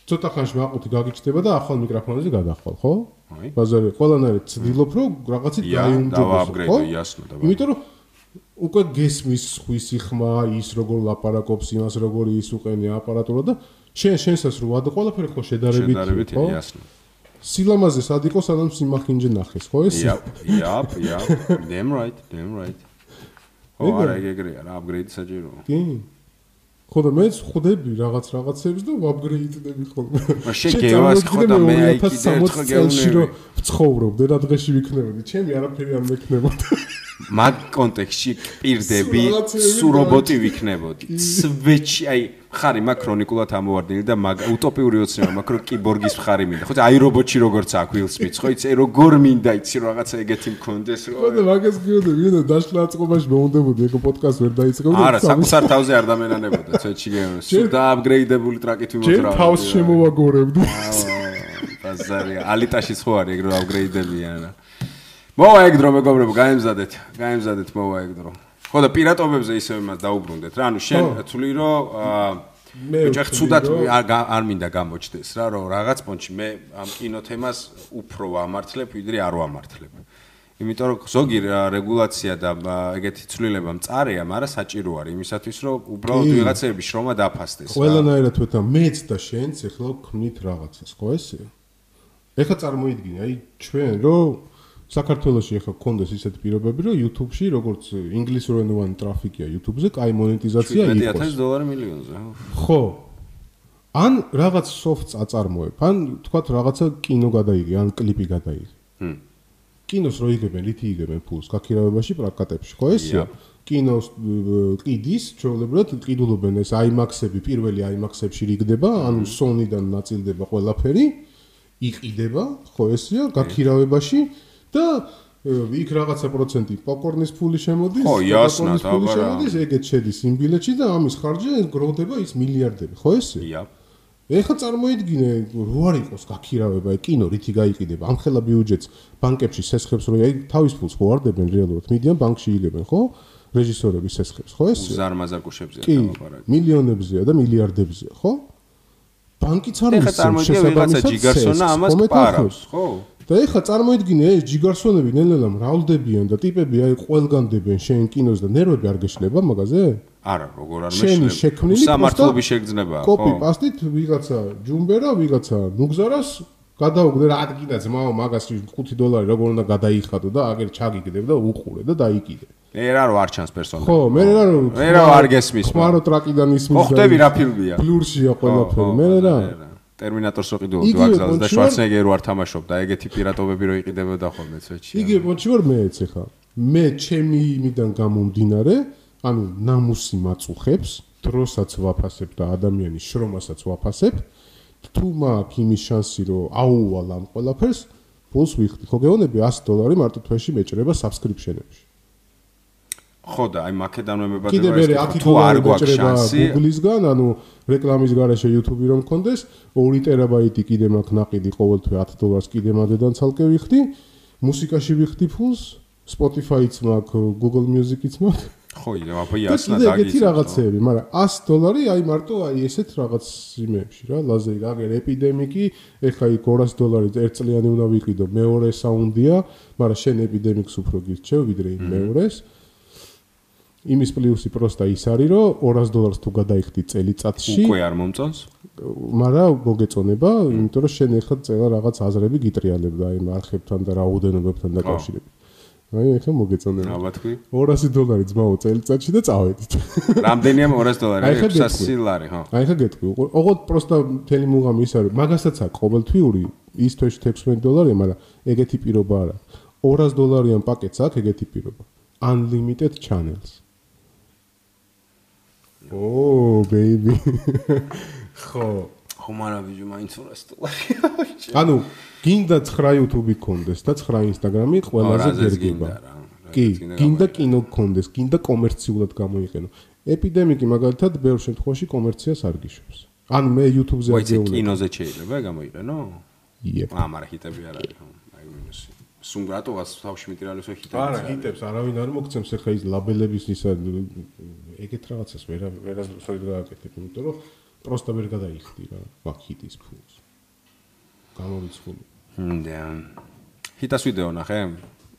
C: ცოტა ხანში მაყუთი გაგიჩნდება და ახალ მიკროფონზე გადახვალ ხო
B: აი.
C: ბაზარი ყველანაირად ცდილობ რომ რაღაცით
B: ია,
C: გაიუმჯობესო
B: დავააპგრეიდო, იასნა, დავააპგრეიდო.
C: იმიტომ რომ უკვე გესმის სხვისი ხმა, ის როგორ ლაპარაკობს, იმას როგორ ის უყენია აპარატურა და შენ შენსაც რო ვადა ყველაფერი ხო შედარებით
B: შედარებით
C: ხო?
B: იასნა
C: სილამაზე სად იყო სანამ სიმახინჯე ნახეს ხო ეს
B: Yep, yep, yep. Damn right, damn right. ო,
C: ეგრე?
B: არა, ეგ ეგრეა, რა აპგრეიდი საჭიროა.
C: კი ხო და მეც ხვდები რაღაც რაღაცებს და ვაპგრეიდდები ხოლმე.
B: მაშინ გევას ხო და მე აი კიდე ერთხელ
C: 2060 წელში
B: გევნები.
C: რომ ვცხოვრობდე რა დღეში ვიქნებოდი. ჩემი არაფერი არ მექნებოდა.
B: მაგ კონტექსში პირდები
C: სულ რაღაცეები
B: სუ რობოტი ვიქნებოდი. სვეჩი, აი, ხარი მაგ ქრონიკულად ამოვარდნილი და მაგ უტოპიური ოცნება მაგ რო კიბორგის მხარი მინდა. ხო, აი რობოტში როგორც აქვს Will Smith, ხო, იცი, როგორ მინდა იცი რომ რაღაცა ეგეთი მქონდეს
C: ხო და
B: რომ
C: მაგას გიოდები, ვიდო დაშლა აწყობაში მოუნდებოდი, ეგო პოდკასტ ვერ დაიწყებდი.
B: არა, საკუთარ თავზე არ დამენანებოდა, ცოტში გემოს. სულ დააპგრეიდებული ტრაკით
C: ჯერ
B: ვიმოძრავე.
C: თავს შემოვაგორებდი.
B: ბაზარია. ალიტაშიც ხო არის ეგ რომ აპგრეიდებიან რა. მოვა ეგ დრო მეგობრებო, გაემზადეთ. გაემზადეთ მოვა ეგ დრო. ხო და пиратობებზე ისევ იმას დაუბრუნდეთ რა. ანუ შენ
C: ხო.
B: თვლი რომ აა,
C: მე
B: ბიჭო, ეხ
C: ვთვლი,
B: ცუდად
C: რომ-
B: არ გა- არ მინდა გამოჩდეს რა, რომ რაღაც პონჩი მე ამ კინო თემას უფრო ვამართლებ, ვიდრე არ ვამართლებ. იმიტომ რომ ზოგი რა, რეგულაცია და ა, ეგეთი ცვლილება მწარეა, მაგრამ საჭირო არის იმისათვის, რომ უბრალოდ
C: კი.
B: ვიღაცები შრომა დაფასდეს. რა.
C: ყველანაირად ვეთა მეც და შენც ეხლა ქმნით რაღაცას, ხო ესე? ეხლა წარმოიდგინე, აი ჩვენ რო საქართველოსი ეხლა გქონდეს ისეთ პირობები, რომ YouTube-ში როგორც ინგლისურენოვანი ტრაფიკია YouTube-ზე, კაი მონეტიზაცია
B: 17000
C: იყოს.
B: დოლარი მილიონზე. აჰ.
C: ხო. ან რაღაც სოფტს აწარმოებ, ან თქვათ რაღაცა კინო გადაიღე, ან კლიპი გადაიღე.
B: ჰმ.
C: კინოს რო იგებენ, რითი იგებენ ფულს? გაქირავებაში, პრაკატებში, ხო ესეა?
B: იაპ.
C: კინოს მ, ყიდის, ჩვეულებრივად ყიდულობენ ეს IMAX-ები, პირველი IMAX-ებში რიგდება, ანუ Sony-დან ნაწილდება ყველაფერი, იყიდება, ხო ესეა, გაქირავებაში და ე, იქ რაღაცა პროცენტი პოპკორნის ფული შემოდის,
B: ხო, იასნა,
C: პოპკორნის ფული
B: დაბა რა.
C: შემოდის, ეგეთ შედის იმ ბილეთში და ამის ხარჯი გროვდება ის მილიარდები, ხო ესე?
B: იაპ.
C: ეხლა წარმოიდგინე რო არ იყოს გაქირავება ე, კინო რითი გაიყიდება ამ ხელა ბიუჯეტს ბანკებში სესხებს რო აი თავის ფულს ხო არდებენ რეალურად მიდიან ბანკში იგებენ ხო რეჟისორები სესხებს ხო ეს
B: ზარმაზაკუშებზე
C: კი
B: დავაპარაკე.
C: მილიონებზეა და მილიარდებზეა ხო ბანკიც არ
B: ეხლა
C: მისცემს
B: წარმოიდგინე ვიღაცა
C: შესაბამისად
B: ჯიგარსონა
C: სესხს,
B: ამას
C: ხომ
B: პარავს,
C: ეთანხმებს?
B: ხო?
C: და ეხლა წარმოიდგინე ეს ჯიგარსონები ნელ-ნელა მრავლდებიან და ტიპები აი ყველგანდებიან შენ კინოს და ნერვები არ გეშლება მაგაზე?
B: არა, როგორ არ
C: შენი შექმნილი
B: მეშლება. სამართლობის შეგრძნება,
C: კოპი
B: ხო?
C: პასტით ვიღაცა ჯუმბერა, ვიღაცა ნუგზარას გადაუგდე რა ადგინა ძმაო მაგას 5 დოლარი როგორ უნდა გადაიხადო და აგერ ჩაგიგდებ და უყურე და დაიკიდე.
B: ე რა რო არ ჩანს პერსონაჟი.
C: ხო, მე რა რომ
B: მე რა არ გესმის.
C: ხმარო ტრაკიდან ისმის.
B: ხო
C: და
B: ხდები რა ფილმია?
C: ბლურშია
B: ხო,
C: ყველაფერი.
B: ხო,
C: მე რა რა
B: ტერმინატორს რო ყიდულობდი
C: იგივე
B: ვაგზალზე და
C: პონჩი ვარ.
B: შვარცნეგერი რო არ თამაშობდა, ეგეთი пиратობები რო იყიდებოდა ხოლმე ცოტში.
C: იგივე პონჩი ვარ მეც ახლა. მე ჩემი იმიდან გამომდინარე, ანუ ნამუსი მაწუხებს, დროსაც ვაფასებ და ადამიანის შრომასაც ვაფასებ. თუ მაქვს იმის შანსი, რომ აუვალ ამ ყველაფერს, პლუს ვიხდი. ხო გეონები 100 დოლარი მარტო თვეში მეჭრება subscription-ებში.
B: ხო და აი მაკედანო
C: კიდე
B: მებადება
C: მე
B: ეს კითხვა,
C: 10
B: თუ არ
C: დოლარი
B: გვაქვს
C: მეჭრება
B: შანსი.
C: Google-ისგან, ანუ რეკლამის გარეშე YouTube-ი რომ მქონდეს, 2 ტერაბაიტი კიდე მაქვს ნაყიდი ყოველთვე 10 დოლარს კიდე მანდედან ცალკე ვიხდი. მუსიკაში ვიხდი ფულს, Spotify-ც მაქვს, Google Music-იც მაქვს.
B: ხო, ია, აბა
C: და
B: იასნა
C: კიდე
B: დაგიწევ.
C: ეგეთი რაღაცეები, მაგრამ 100 დოლარი აი მარტო აი ესეთ რაღაც იმეებში რა, ლაზერი აგერ ეპიდემიკი, ეხა იქ 200 დოლარი ერთ წლიანი უნდა ვიყიდო, მეორე საუნდია, მაგრამ შენ ეპიდემიკს უფრო გირჩევ ვიდრე იმ მეორეს. იმის პლუსი პროსტა ის არის, რომ 200 დოლარს თუ გადაიხდი წელიწადში,
B: უკვე არ მომწონს?
C: მაგრამ მოგეწონება, იმიტომ რომ შენ ეხლა წელა რაღაც აზრები გიტრიალებ და აი არხებთან და რაოდენობებთან დაკავშირებით. აი ეხლა მოგეწონება.
B: აბა თქვი.
C: 200 დოლარი ძმაო წელიწადში და წავედით.
B: რამდენია 200 დოლარი?
C: აი, ხა გეტყვი.
B: 600 ლარი, ხო.
C: აი ხა გეტყვი, უყო- ოღონდ პროსტა მთელი მუღამი ის არის, მაგასაც აქვს ყოველთვიური ის თვეში 16 დოლარია, მაგრამ ეგეთი პირობა არ აქვს. 200 დოლარიან პაკეტს აქვს ეგეთი პირობა. Unlimited channels. ოო, ბეიბი. ხო.
B: ხო, მარა ბიჭო, მაინც 200 დოლარია.
C: ანუ გინდა 9 YouTube-ი გქონდეს და 9 Instagram-ი ყველაზე გერგება. კი, გინდა კინო გქონდეს, გინდა კომერციულად გამოიყენო. ეპიდემიკი მაგალითად ბევრ შემთხვევაში კომერციას არ გიშობს. ან მე YouTube-ზე არ
B: ვაიცი
C: გეულებ.
B: კინოზე შეიძლება გამოიყენო?
C: იე.
B: აა, მარა ჰიტები არ არის, ხო. აი მინუსი. სუმ რატოაც თავში მიტირალესო ჰიტები.
C: არა, ჰიტებს არავინ არ მოგცემს ახლა ის ლაბელების ისა ეგეთ რაღაცას ვერ ვერასდროს ვერ გააკეთებ, იმიტომ რომ პროსტა ვერ გადაიხდი რა, მაგ ჰიტის ფულს. გამორიცხული.
B: მდე. ჰიტას ვიდეო ნახე?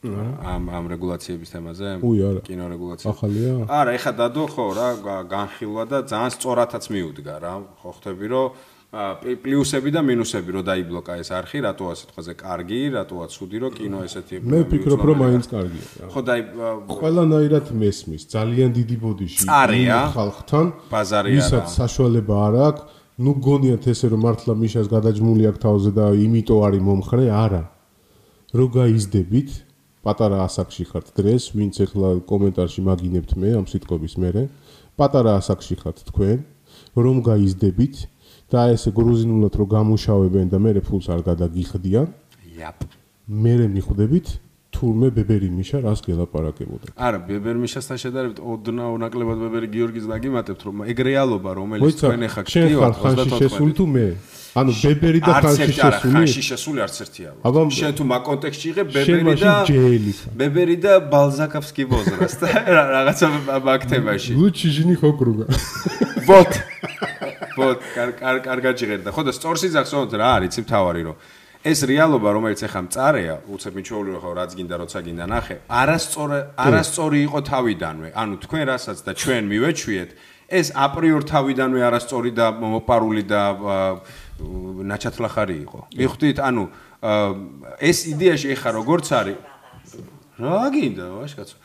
B: ამ ამ რეგულაციების თემაზე?
C: უი, არა.
B: კინო რეგულაცია.
C: ახალია?
B: არა, ეხა დადო ხო რა, გა- განხილვა და ძალიან სწორათაც მიუდგა რა. ხო ხვდები რომ აა, პლი- პლუსები და მინუსები რო დაიბლოკა ეს არხი, რატოა სიტყვაზე კარგი, რატოა ცუდი, რომ კინო ესეთი
C: მე ვფიქრობ, რომ მაინც კარგია. რა.
B: ხო დაი აა,
C: ყველანაირად მესმის, ძალიან დიდი ბოდიში
B: წარეა.
C: იმ ხალხთან.
B: ბაზარი
C: ვისაც
B: არა.
C: საშუალება არ აქვს, ნუ გონიათ ესე რომ მართლა მიშას გადაჯმული აქვს თავზე და იმიტომ არის მომხრე, არა. რო გაიზდებით, პატარა ასაკში ხართ დღეს, ვინც ახლა კომენტარში მაგინებთ მე ამ სიტყვების მერე, პატარა ასაკში ხართ თქვენ, რომ გაიზდებით და ესე გრუზინულად რო გამუშავებენ და მე ფულს არ გადაგიხდიან,
B: იაპ.
C: მე მიხვდებით თურმე ბებერი მიშა რას გელაპარაკებოდა.
B: არა, ბებერ მიშასთან შედარებით ოდნავ ნაკლებად ბებერი გიორგის დაგიმატებთ, რომ ეგ რეალობა, რომელიც
C: მოიცა
B: თქვენ ეხა
C: შენ ხარ
B: გტივართ
C: ხანში შესული თუ მე ანუ ბებერი და
B: არც
C: ხანში
B: ერთი არა, ხანში
C: შესული
B: შესული არც ერთია.
C: აბა,
B: შენ თუ მაკონტექსტში იღებ
C: შენ
B: ბებერი
C: მაშინ
B: და
C: ჯელი ხარ.
B: ბებერი და ბალზაკავს კი ბოზრას და რა- რაღაცა მაგთებაში.
C: ლუჩი ჟინი ხოკრუგა
B: ვოთ. ვოთ, კარ კარ კარგად ჟღერდა. ხო და სწორს იძახსოთ რა არის იმ თავარი რომ ეს რეალობა რომელიც ეხა მწარეა, უცებ მიჩვეული ხო რაც გინდა როცა გინდა ნახე, არასწორი არასწორი იყო თავიდანვე. ანუ თქვენ რასაც და ჩვენ მივეჩვიეთ, ეს აპრიორ თავიდანვე არასწორი და მოპარული და ა, ნაჩათლახარი იყო. მიხვდით, ანუ ა, ეს იდეაში ეხა როგორც არის რა გინდა ვაშკაცო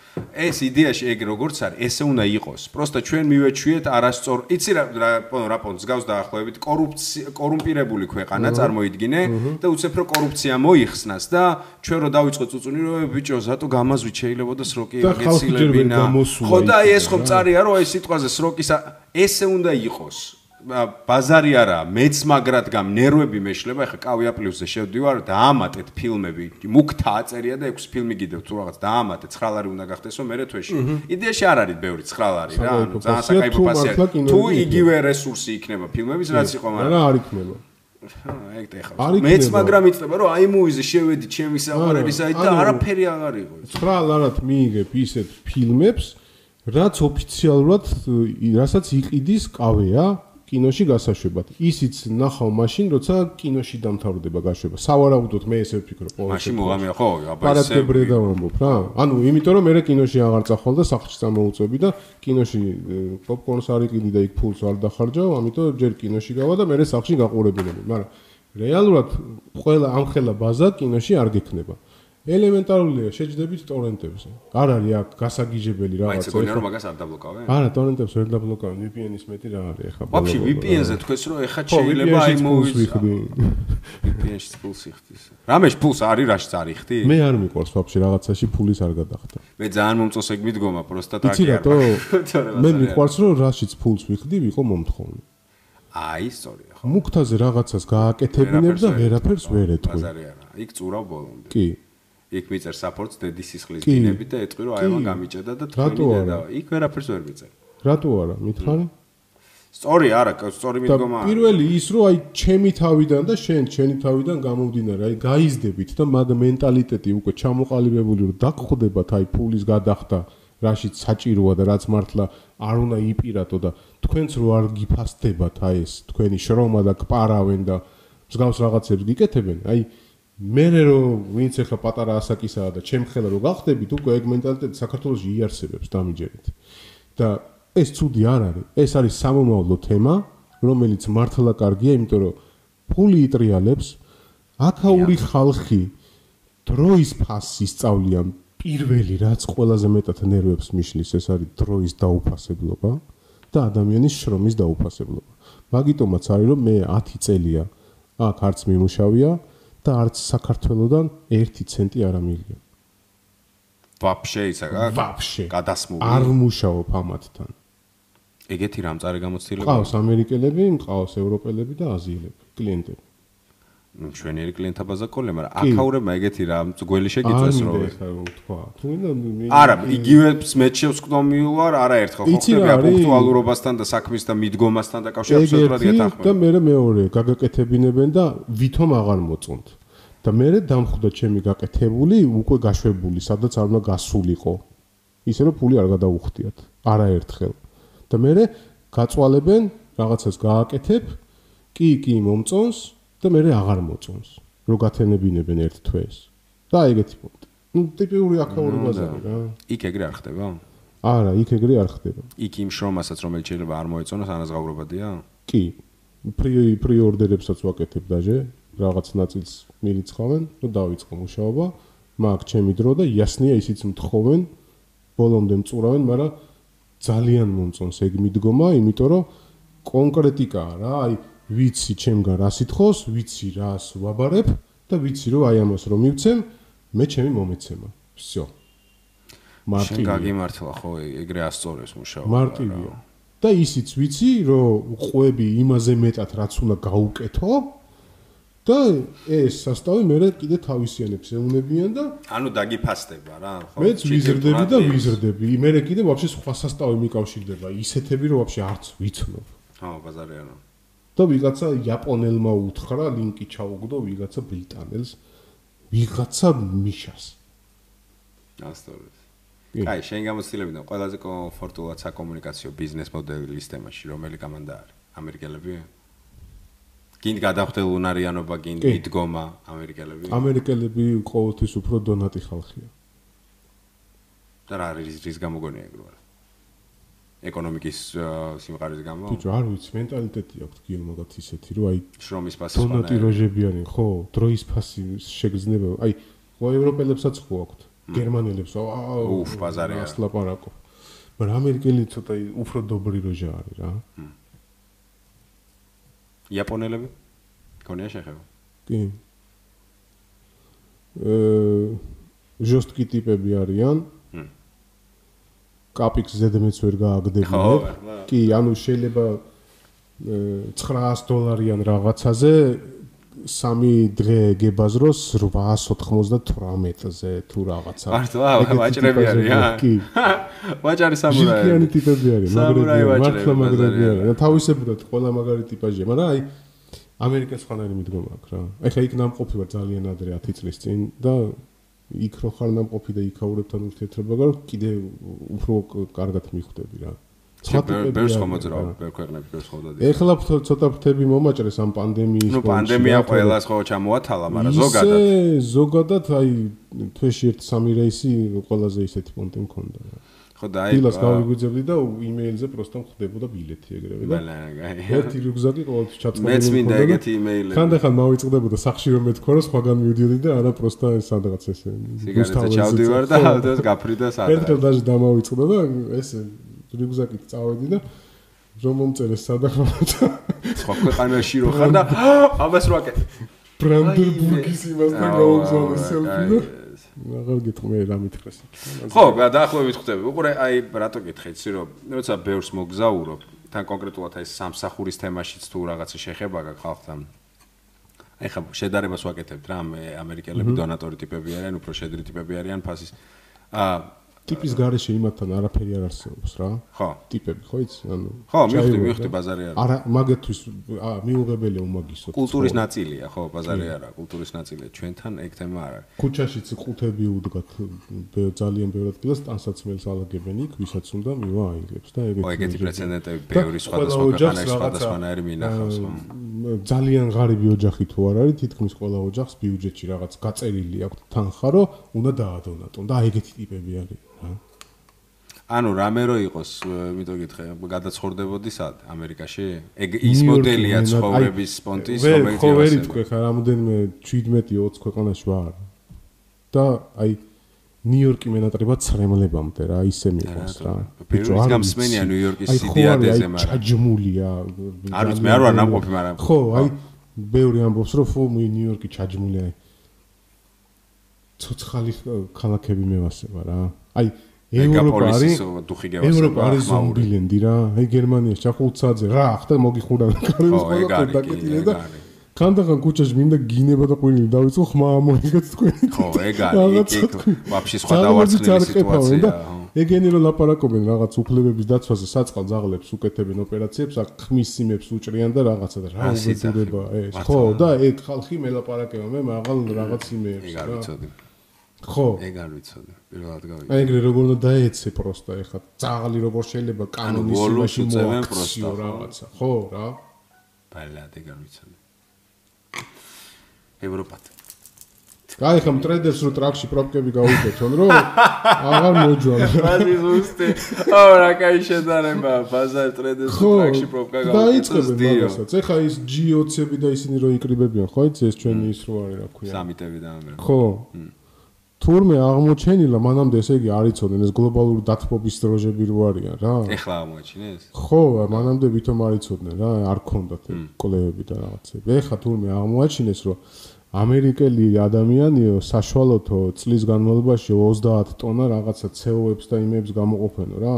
B: ეს იდეაში ეგ როგორც არის ესე უნდა იყოს პროსტა ჩვენ მივეჩვიეთ არასწორ იცი რა რა პონო, რა პონს გავს დაახლოებით კორუფცია კორუმპირებული ქვეყანა წარმოიდგინე და უცებ რო კორუფცია მოიხსნას და ჩვენ რო დავიწყოთ წუწუნი რომ ბიჭო ზატო გამაზვით შეიძლებოდა სროკი
C: და ხალხი ჯერ ვერ
B: გეცილებინა
C: გამოსულა
B: ხო და
C: იქიდან,
B: ეს ხომ წარია რომ ეს სიტყვაზე სროკისა ესე უნდა იყოს ა, ბაზარი არა, მეც მაგრად გამ ნერვები მეშლება, ეხა კავია პლუსზე შევდივარ, დაამატეთ ფილმები. მუქთა აწერია და 6 ფილმი გიდევ თუ რაღაც დაამატეთ, 9 ლარი უნდა გახდესო მერე თვეში. იდეაში არ არის ბევრი 9 ლარი რა,
C: საკაიფო
B: ანუ ძალიან
C: ფასია, თუ
B: საკაიფო
C: მართლა
B: ფასია.
C: კინოები
B: თუ
C: იქნება.
B: იგივე რესურსი იქნება ფილმების, რაც იყო, მაგრამ
C: არა არ იქნება
B: ჰა, ეგ ტეხა.
C: არ იქნება.
B: მეც მაგრამ იწება, რომ აი მუვიზე შევედი ჩემი საყვარელი საიტ და
C: ანუ-
B: არაფერი აღარ იყო. ეს.
C: ცხრალ არათ მიიღებ ისეთ ფილმებს რაც ოფიციალურად ი- რასაც იყიდის კავეა კინოში გასაშვებად ისიც ნახავ მაშინ როცა კინოში დამთავრდება გაშვება სავარაუდოდ მე ესე ვფიქრობ ყოველ
B: მაშინ
C: შემთხვევაში.
B: მოგამია ხო, აბა
C: პარატ
B: ესე
C: გებრედა ვამბობ რა. ანუ იმიტომ რომ მე კინოში აღარ წახვალ და სახლში წამოუწევი და კინოში ე, პოპკორნს არ იყიდი და იქ ფულს არ დახარჯავ, ამიტომ ჯერ კინოში გავა და მე სახლში გაყურებინები, მაგრამ რეალურად ყველა ამ ხელა ბაზა კინოში არ გექნება. ელემენტარულია, შეჯდებით ტორენტებზე. არ არის აქ გასაგიჟებელი
B: მაინც
C: რაღაცა.
B: გონია რომ
C: ეხლა-
B: მაგას არ დაბლოკავენ?
C: არა, ტორენტებს ვერ დაბლოკავენ, VPN-ის მეტი რა არის ახლა.
B: ვაფშე
C: ბალაბალა.
B: VPN-ზე თქვენს რომ ეხა
C: ხო,
B: შეიძლება
C: VPN-ში
B: აი
C: ფულს
B: მუვის
C: ვიხდი.
B: VPN-ში ფულს იხდის. რამეში ფულს არის, რაშიც არ იხდი?
C: მე არ მიყვარს ვაფშე რაღაცაში ფულის არ გადახდა.
B: მე ძალიან მომწონს ეგ მიდგომა, პროსტა
C: იცი
B: თაკი არ.
C: რატო?
B: თორემაც
C: მე
B: არის.
C: მიყვარს რომ რაშიც ფულს ვიხდი, ვიყო მომთხოვნი.
B: აი, სწორია ხო.
C: მუქთაზე რაღაცას გააკეთებინებ და ვერაფერს ვერ ეტყვი.
B: ბაზარი არა. იქ წურავ ბოლომდე.
C: კი,
B: იქ მიწერ საპორტს დედის სისხლის
C: კი.
B: დინებით და ეტყვი რომ აი
C: კი.
B: მან გამიჭედა და
C: რატო
B: თქვენი
C: არა?
B: დედა. იქ ვერაფერს ვერ მიწერ.
C: რატო არა, მითხარი?
B: სწორი არა, სწორი
C: და
B: მიდგომა არა.
C: პირველი ის რომ აი ჩემი თავიდან და შენ ჩენი თავიდან გამომდინარე აი გაიზდებით და მაგ მენტალიტეტი უკვე ჩამოყალიბებული რომ დაგხვდებათ აი ფულის გადახდა რაშიც საჭიროა და რაც მართლა არ უნდა იპირატო და თქვენც რო არ გიფასდებათ აი ეს თქვენი შრომა და გპარავენ და მსგავს რაღაცებს გიკეთებენ აი მე რო ვინც ახლა პატარა ასაკისაა და ჩემხელა რო გახდებით უკვე ეგ მენტალიტეტი საქართველოს იარსებებს დამიჯერეთ და ეს ცუდი არ არის. ეს არის სამომავლო თემა, რომელიც მართლა კარგია, იმიტომ რომ ფული იტრიალებს აქაური ხალხი დროის ფასი სწავლიან პირველი რაც ყველაზე მეტად ნერვებს მიშლის ეს არის დროის დაუფასებლობა და ადამიანის შრომის დაუფასებლობა. მაგიტომაც არის რომ მე 10 წელია აქ არც მიმუშავია და არც საქართველოსდან 1 ცენტი არ ამიღია.
B: ვაფშე იცაგა?
C: ვაფშე.
B: გადასმული.
C: არ მუშაობ ამათთან.
B: ეგეთი რამწარე გამოცდილება.
C: მყავს ამერიკელები, მყავს ევროპელები და აზიელები, კლიენტები.
B: მშვენიერი კლიენტთა ბაზა ყოლე, მაგრამ
C: კი.
B: აქაურებმა ეგეთი რამ გველი
C: არ
B: შეგიწეს
C: მინდა
B: რომ
C: ეხლა რომ თქვა. თუ მინდა მე-
B: არა, იგივე სმეჩებს ვკდომილვარ, არაერთხელ ხო
C: იცი რა
B: ხდება
C: არის?
B: პუნქტუალურობასთან და საქმის და მიდგომასთან
C: ეგ
B: დაკავშირებით ზუსტად
C: ერთი და
B: გეთახმები.
C: მე მეორე გაგაკეთებინებენ და ვითომ აღარ მოწონთ. და მე დამხვდა ჩემი გაკეთებული, უკვე გაშვებული, სადაც არ უნდა გასულიყო. ისე რომ ფული არ გადაუხდიათ, არაერთხელ. და მე გაწვალებენ, რაღაცას გააკეთებ, კი, კი, მომწონს და მე აღარ მოწონს. რო გათენებინებენ ერთ თვეს. და ეგეთი პუნქტი. ну ტიპიური აკაური ბაზარი რა.
B: იქ ეგრე არ ხდება?
C: არა, იქ ეგრე არ ხდება.
B: იქ იმ შრომასაც რომელიც შეიძლება არ მოეწონოს ანაზღაურებადია?
C: კი პრი პრიორდერებსაც ვაკეთებ დაჟე რაღაც ნაწილს მილიცხავენ და დავიწყო მუშაობა მაგ ჩემი დრო და იასნია ისიც მთხოვენ ბოლომდე მწურავენ მაგრამ ძალიან მომწონს ეგ მიდგომა იმიტომ რომ კონკრეტიკაა რა აი ვიცი ჩემგან რა სიტყოს ვიცი რას ვაბარებ და ვიცი რომ აი ამას რომ მივცემ მე ჩემი მომეცემა всё
B: შენ
C: მარტივია
B: გაგიმართლა ხო ეგ- ეგრე ასწორებს მუშაობა.
C: მარტივია. და ისიც ვიცი, რომ ყვები იმაზე მეტად რაც უნდა გაუკეთო და ეს სასტავი მე კიდე თავისიანებს ეუნებიან და
B: ანუ დაგიფასდება რა, ხო?
C: მეც ვიზრდები და
B: ჩიტირტურადებს.
C: ვიზრდები. მე კიდე ვაფშე სხვა სასტავი მიკავშირდება, ისეთები რომ ვაფშე არც ვიცნობ.
B: ხო, ბაზარი არა.
C: და ვიღაცა იაპონელმა უთხრა, ლინკი ჩაუგდო ვიღაცა ბრიტანელს, ვიღაცა მიშას.
B: ასწორებს.
C: კი.
B: კაი, შენ გამოცდილებიდან ყველაზე კომფორტულად საკომუნიკაციო ბიზნეს მოდელის თემაში რომელი კომანდა არის? ამერიკელები? გინდ გადახდელუნარიანობა, გინდ
C: კი.
B: მიდგომა ამერიკელები
C: ამერიკელები ყოველთვის უფრო დონატი ხალხია.
B: და რა არის რის გამოგონია ეგრე არა? ეკონომიკის აა, სიმყარის გამო
C: ბიჭო, არ ვიცი, მენტალიტეტი აქვს გიომაგათ ისეთი, რომ აი
B: შრომის პასის
C: დონატი როჟებიანი ხო დროის ფასი შეგრძნება აი ხო ევროპელებსაც ხო აქვთ გერმანელებს აუ
B: უფ, ბაზარია.
C: ასლაპარაკო მაგრამ ამერიკელი ცოტა ი- უფრო დობრი როჟა არის რა
B: იაპონელები? გონია შეხება.
C: კი აა ჟოსტკი ტიპები არიან
B: მ.
C: კაპიკს ზედმეტს ვერ
B: ხო,
C: გააგდებინებ.
B: რა.
C: კი, ანუ შეიძლება э, 900 დოლარიან რაღაცაზე სამი დღე გებაზროს 898-ზე თუ რაღაცა.
B: მართლა? ვაჭრები არიან?
C: კი.
B: ვაჭარი
C: ჟილკიანი
B: სამურაი.
C: ტიპები არის,
B: სამურაი
C: მაგრები,
B: ვაჭრები,
C: მართლა
B: ბაზარი
C: მაგრები
B: არა.
C: არის. და თავისებურად ყველა მაგარი ტიპაჟია, მაგრამ აი ამერიკას ხანარი მიდგომა აქვს რა. ეხლა იქ ნამყოფი ვარ ძალიან ადრე 10 წლის წინ და იქ რო ხარ ნამყოფი და იქაურებთან ურთიერთობა გაქვს, კიდე უფრო კ- კარგად მიხვდები რა. სხვა ტიპები
B: ბევრს
C: არიან,
B: ხომ მოძრაობ,
C: რა.
B: ბევრ ქვეყნებში, ბევრს ხომ დადი.
C: ეხლა ფთო- ცოტა ფრთები მომაჭრეს ამ პანდემიის
B: ნუ
C: გონში,
B: პანდემია
C: რა, თორემ
B: ყველას ხო ჩამოათალა, მაგრამ ზოგადად
C: ისე ზოგადად აი თვეში ერთ-სამი რეისი ყველაზე ისეთი პონტი მქონდა რა.
B: ხო და აი
C: დილას
B: აა,
C: გავიგუძებდი და იმეილზე პროსტო მხვდებოდა ბილეთი ეგრევე და
B: ბალა, გაი.
C: ერთი რუგზაკი ყოველთვის ჩაწყობილი
B: მეც მინდა
C: მქონდა და
B: ეგეთი იმეილები.
C: ხანდახან მოვიწყდებოდა სახში რომ მეთქვა რომ სხვაგან მივდიოდი და არა პროსტო ეს სადღაც ესე
B: სიგარეტზე
C: რუსთაველზე
B: ჩავდივარ და
C: წავ- ხო.
B: ავდოს გაფრიდა სადღაც.
C: ერთხელ დაჟე დამავიწყდა და ეს რუგზაკით წავედი და რომ მომწერეს სადღაც
B: სხვა ქვეყანაში რო ხარ და ამას რო აკეთე.
C: ბრანდენბურგის იმასთან გავაგზავნე სელფი და აღარ გეტყვი რა მითხრეს
B: ხო, გადაახლოებით ხვდები. უყურე, აი რატო გითხე, იცი რომ როცა ბევრს მოგზაურობ, თან კონკრეტულად აი სამსახურის თემაშიც თუ რაღაცა შეხება გაქვს ხალხთან. აი ხა შედარებას ვაკეთებთ რა, მე ამერიკელები დონატორი ტიპები არიან, უფრო შედრი ტიპები არიან ფასის. აა
C: ტიპის გარეშე იმათთან არაფერი არ არსებობს რა.
B: ხო.
C: ტიპები ხო იცი? ანუ
B: ხო, მივხვდი,
C: ჩაივარდა.
B: მივხვდი, ბაზარი არა.
C: არა, მაგათვის აა, მიუღებელია უმაგისო.
B: კულტურის ნაწილია, ხო, ბაზარი არა, კულტურის ნაწილია. ჩვენთან ეგ თემა არ არის.
C: ქუჩაშიც ყუთები უდგათ ბე- ძალიან ბევრ ადგილას ტანსაცმელს ალაგებენ იქ, ვისაც უნდა მივა აიღებს და ეგეთი.
B: ო, ეგეთი პრეცედენტები
C: და
B: ბევრი სხვადასხვა
C: ყველა
B: ქვეყანაში
C: ოჯახს რაღაცა,
B: სხვადასხვანაირი მინახავს. ხო.
C: მ, ძალიან ღარიბი ოჯახი თუ არ არის, თითქმის ყველა ოჯახს ბიუჯეტში რაღაც გაწერილი აქვს თანხა, რომ უნდა დაადონატონ და აი ეგეთი ტიპები არის რა.
B: ანუ რამე რო იყოს, ე, იმიტომ გითხე, გადაცხოვრდებოდი სად? ამერიკაში? ეგ ის
C: ნიუ-იორკი,
B: მოდელია
C: მენატ- აი,
B: ცხოვრების პონტის,
C: ვერ-
B: რომელიც
C: ხო ვერ
B: ავსებდა.
C: იტყვი, ხა რამოდენიმე 17-20 ქვეყანაში ვარ. და აი ნიუ-იორკი მენატრება ცრემლებამდე რა, ისე მიყვანს რა.
B: პირველი
C: არ
B: გამსმენია
C: ვიცი.
B: ნიუ-იორკის
C: აი, ხო არის,
B: სიდიადეზე,
C: აი,
B: მაგრამ.
C: ჩაჯმულია.
B: არ ვიცი, მე არ ვარ ნამყოფი, მაგრამ-
C: ხო, აი ბევრი ამბობს, რომ ფო მე ნიუ-იორკი ჩაჯმულია. აი, ცოცხალი ხ- ქალაქები მევასება რა. აი ევროპა
B: ეგაპოლისის
C: არის
B: დუხი გევასება,
C: ევროპა არის
B: ხმაური.
C: ზომბილენდი რა. აი გერმანიაში ჩახუცაძე რა ახლა მოგიხურა კარვის
B: ხო, ეგ არის,
C: დაკეტილი
B: კი,
C: და
B: ეგ არის.
C: კანდახან ქუჩაში მინდა გინება და ყვინილი დავიწყო ხმა ამოიგეთ თქვენი.
B: ხო, ეგ არის, იქ იქ ვაფშე სხვა დავარცხნილი სიტუაციაა. ხო.
C: ეგენი რომ ლაპარაკობენ რაღაც უფლებების დაცვაზე საწყალ ძაღლებს უკეთებენ ოპერაციებს, აქ ხმის სიმებს უჭრიან და რაღაცა და რა
B: რა სიძახი,
C: უბედურება ეს.
B: მართლა.
C: ხო და ეგ ხალხი მელაპარაკება მე მაღალ რაღაც იმეებს
B: ეგ არ
C: რა.
B: ვიცოდი.
C: ხო.
B: ეგ არ ვიცოდი. პირველად გავიგე.
C: აი ეგრე როგორ უნდა დაეცე პროსტა ეხა ძაღალი როგორ შეიძლება კანონის
B: ვოლოს
C: იმაში
B: უწევენ პროსტა,
C: მოაქციო
B: ხო?
C: რაღაცა ხო რა
B: ბალად ეგ არ ვიცოდი. ევროპად.
C: აი ხა მტრედებს რო ტრაქში პროპკები გაუკეთონ რომ აღარ მოჯვალ
B: ბაზი ზუსტი. აუ რა кай შედარება, ბაზარ ტრენდეს
C: ხო
B: ტრაქში პროპკა
C: დაიწყებენ მაგასაც ეხა ის G20-ები და ისინი რო იკრიბებიან ხო იცი ეს ჩვენი ის რო არის რა ქვია
B: სამიტები და ამერა.
C: ხო თურმე აღმოჩენილა მანამდე ესე იგი არ იცოდნენ ეს გლობალური დათბობის დროჟები რო არიან რა
B: ეხლა აღმოაჩინეს?
C: ხო, მანამდე ვითომ არ იცოდნენ რა, არ ქონდათ ეგ კვლევები და რაღაცები. ეხლა თურმე აღმოაჩინეს, რომ ამერიკელი ადამიანიო საშუალოთო წლის განმავლობაში 30 ტონა რაღაცა CO2-ს და იმებს გამოყოფენო რა.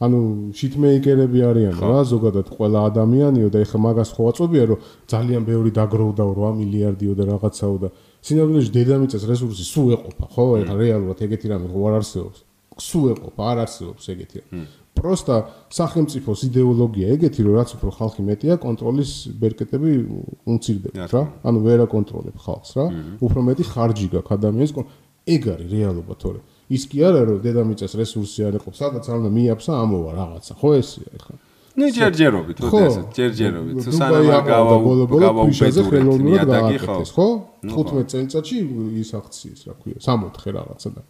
C: ანუ შიტმეიკერები არიან რა, ზოგადად ყველა ადამიანიო და ეხლა მაგას ხო ვაწვევია, რომ ძალიან ბევრი დაგროვდაო 8 მილიარდიო და რაღაცაო და სინამდვილეში დედამიწას რესურსი სულ ეყოფა, ხო? ეხლა რეალურად ეგეთი რამე ხო არ არსებობს. სულ ეყოფა, არ არსებობს ეგეთი რამე. პროსტა სახელმწიფოს იდეოლოგია ეგეთი რომ რაც უფრო ხალხი მეტია კონტროლის ბერკეტები უმცირდება რა ანუ ვერ აკონტროლებ ხალხს რა უფრო მეტი ხარჯი გაქვს ადამიანს კონ- ეგ არის რეალობა თორე ის კი არა რომ დედამიწას რესურსი არ ეყოფ სადაც არ უნდა მიაფსა ამოვა რაღაცა ხო ესეა ეხლა
B: ну ჯერჯერობით თუ ესე ჯერჯერობით თუ სანამ არ
C: გავა ბოლო-ბოლო
B: გავაუბედურეთ
C: ხელოვნურად
B: ნიადაგი ხო
C: გააკეთეს ხო
B: ნუ ხო.
C: 15 წელიწადში ის აქციეს რა ქვია 64 რაღაცა და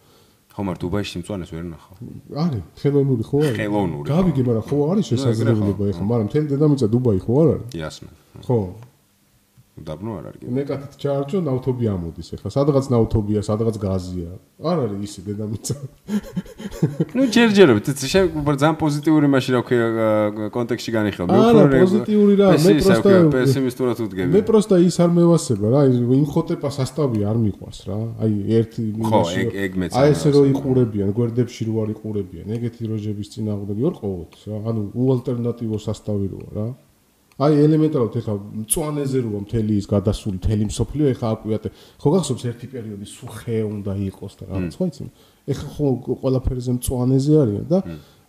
B: ხო მარტო უბაიში სიმწვანეს ვერ ნახავ
C: არის ხელოვნური ხო არის
B: ხელოვნური, ხო.
C: გავიგე მაგრამ ხო არის შესაძლებლობა ეხა მაგრამ მთელი დედამიწა დუბაი ხო არ არის
B: იასნა
C: ხო
B: უდაბნო არ არის კი
C: ნეკათით ჩაარჩო ნავთობი ამოდის ეხა სადღაც ნავთობია სადღაც გაზია არ არის ისე დედამიწა
B: ну ჯერჯერობით ეს შე უბრალოდ ძალიან პოზიტიური მაშინ რა ქვია აა, კონტექსტში განიხილავ
C: არა, პოზიტიური რა, მე პროსტა-
B: პესიმისტურად
C: მე
B: უდგები
C: პროსტა ის არ მევასება რა ის იმხოტეპა სასტავი არ მიყვარს რა აი ერთი იმაში
B: ეგ- ეგ მეც არ
C: აი ესე
B: მევასება.
C: რო იყურებიან გვერდებში რო არ იყურებიან ეგეთი როჟების წინააღმდეგ ვარ ყოველთვის რა ანუ უალტერნატივო სასტავი როა რა აი ელემენტარად ეხა მწვანეზე როა მთელი ის გადასული მთელი მსოფლიო ეხა აკვიატე ხო გახსოვს ერთი პერიოდი სუხე უნდა იყოს და რაღაც ხო იცი ეხა ხო ყველაფერზე მწვანეზე არიან და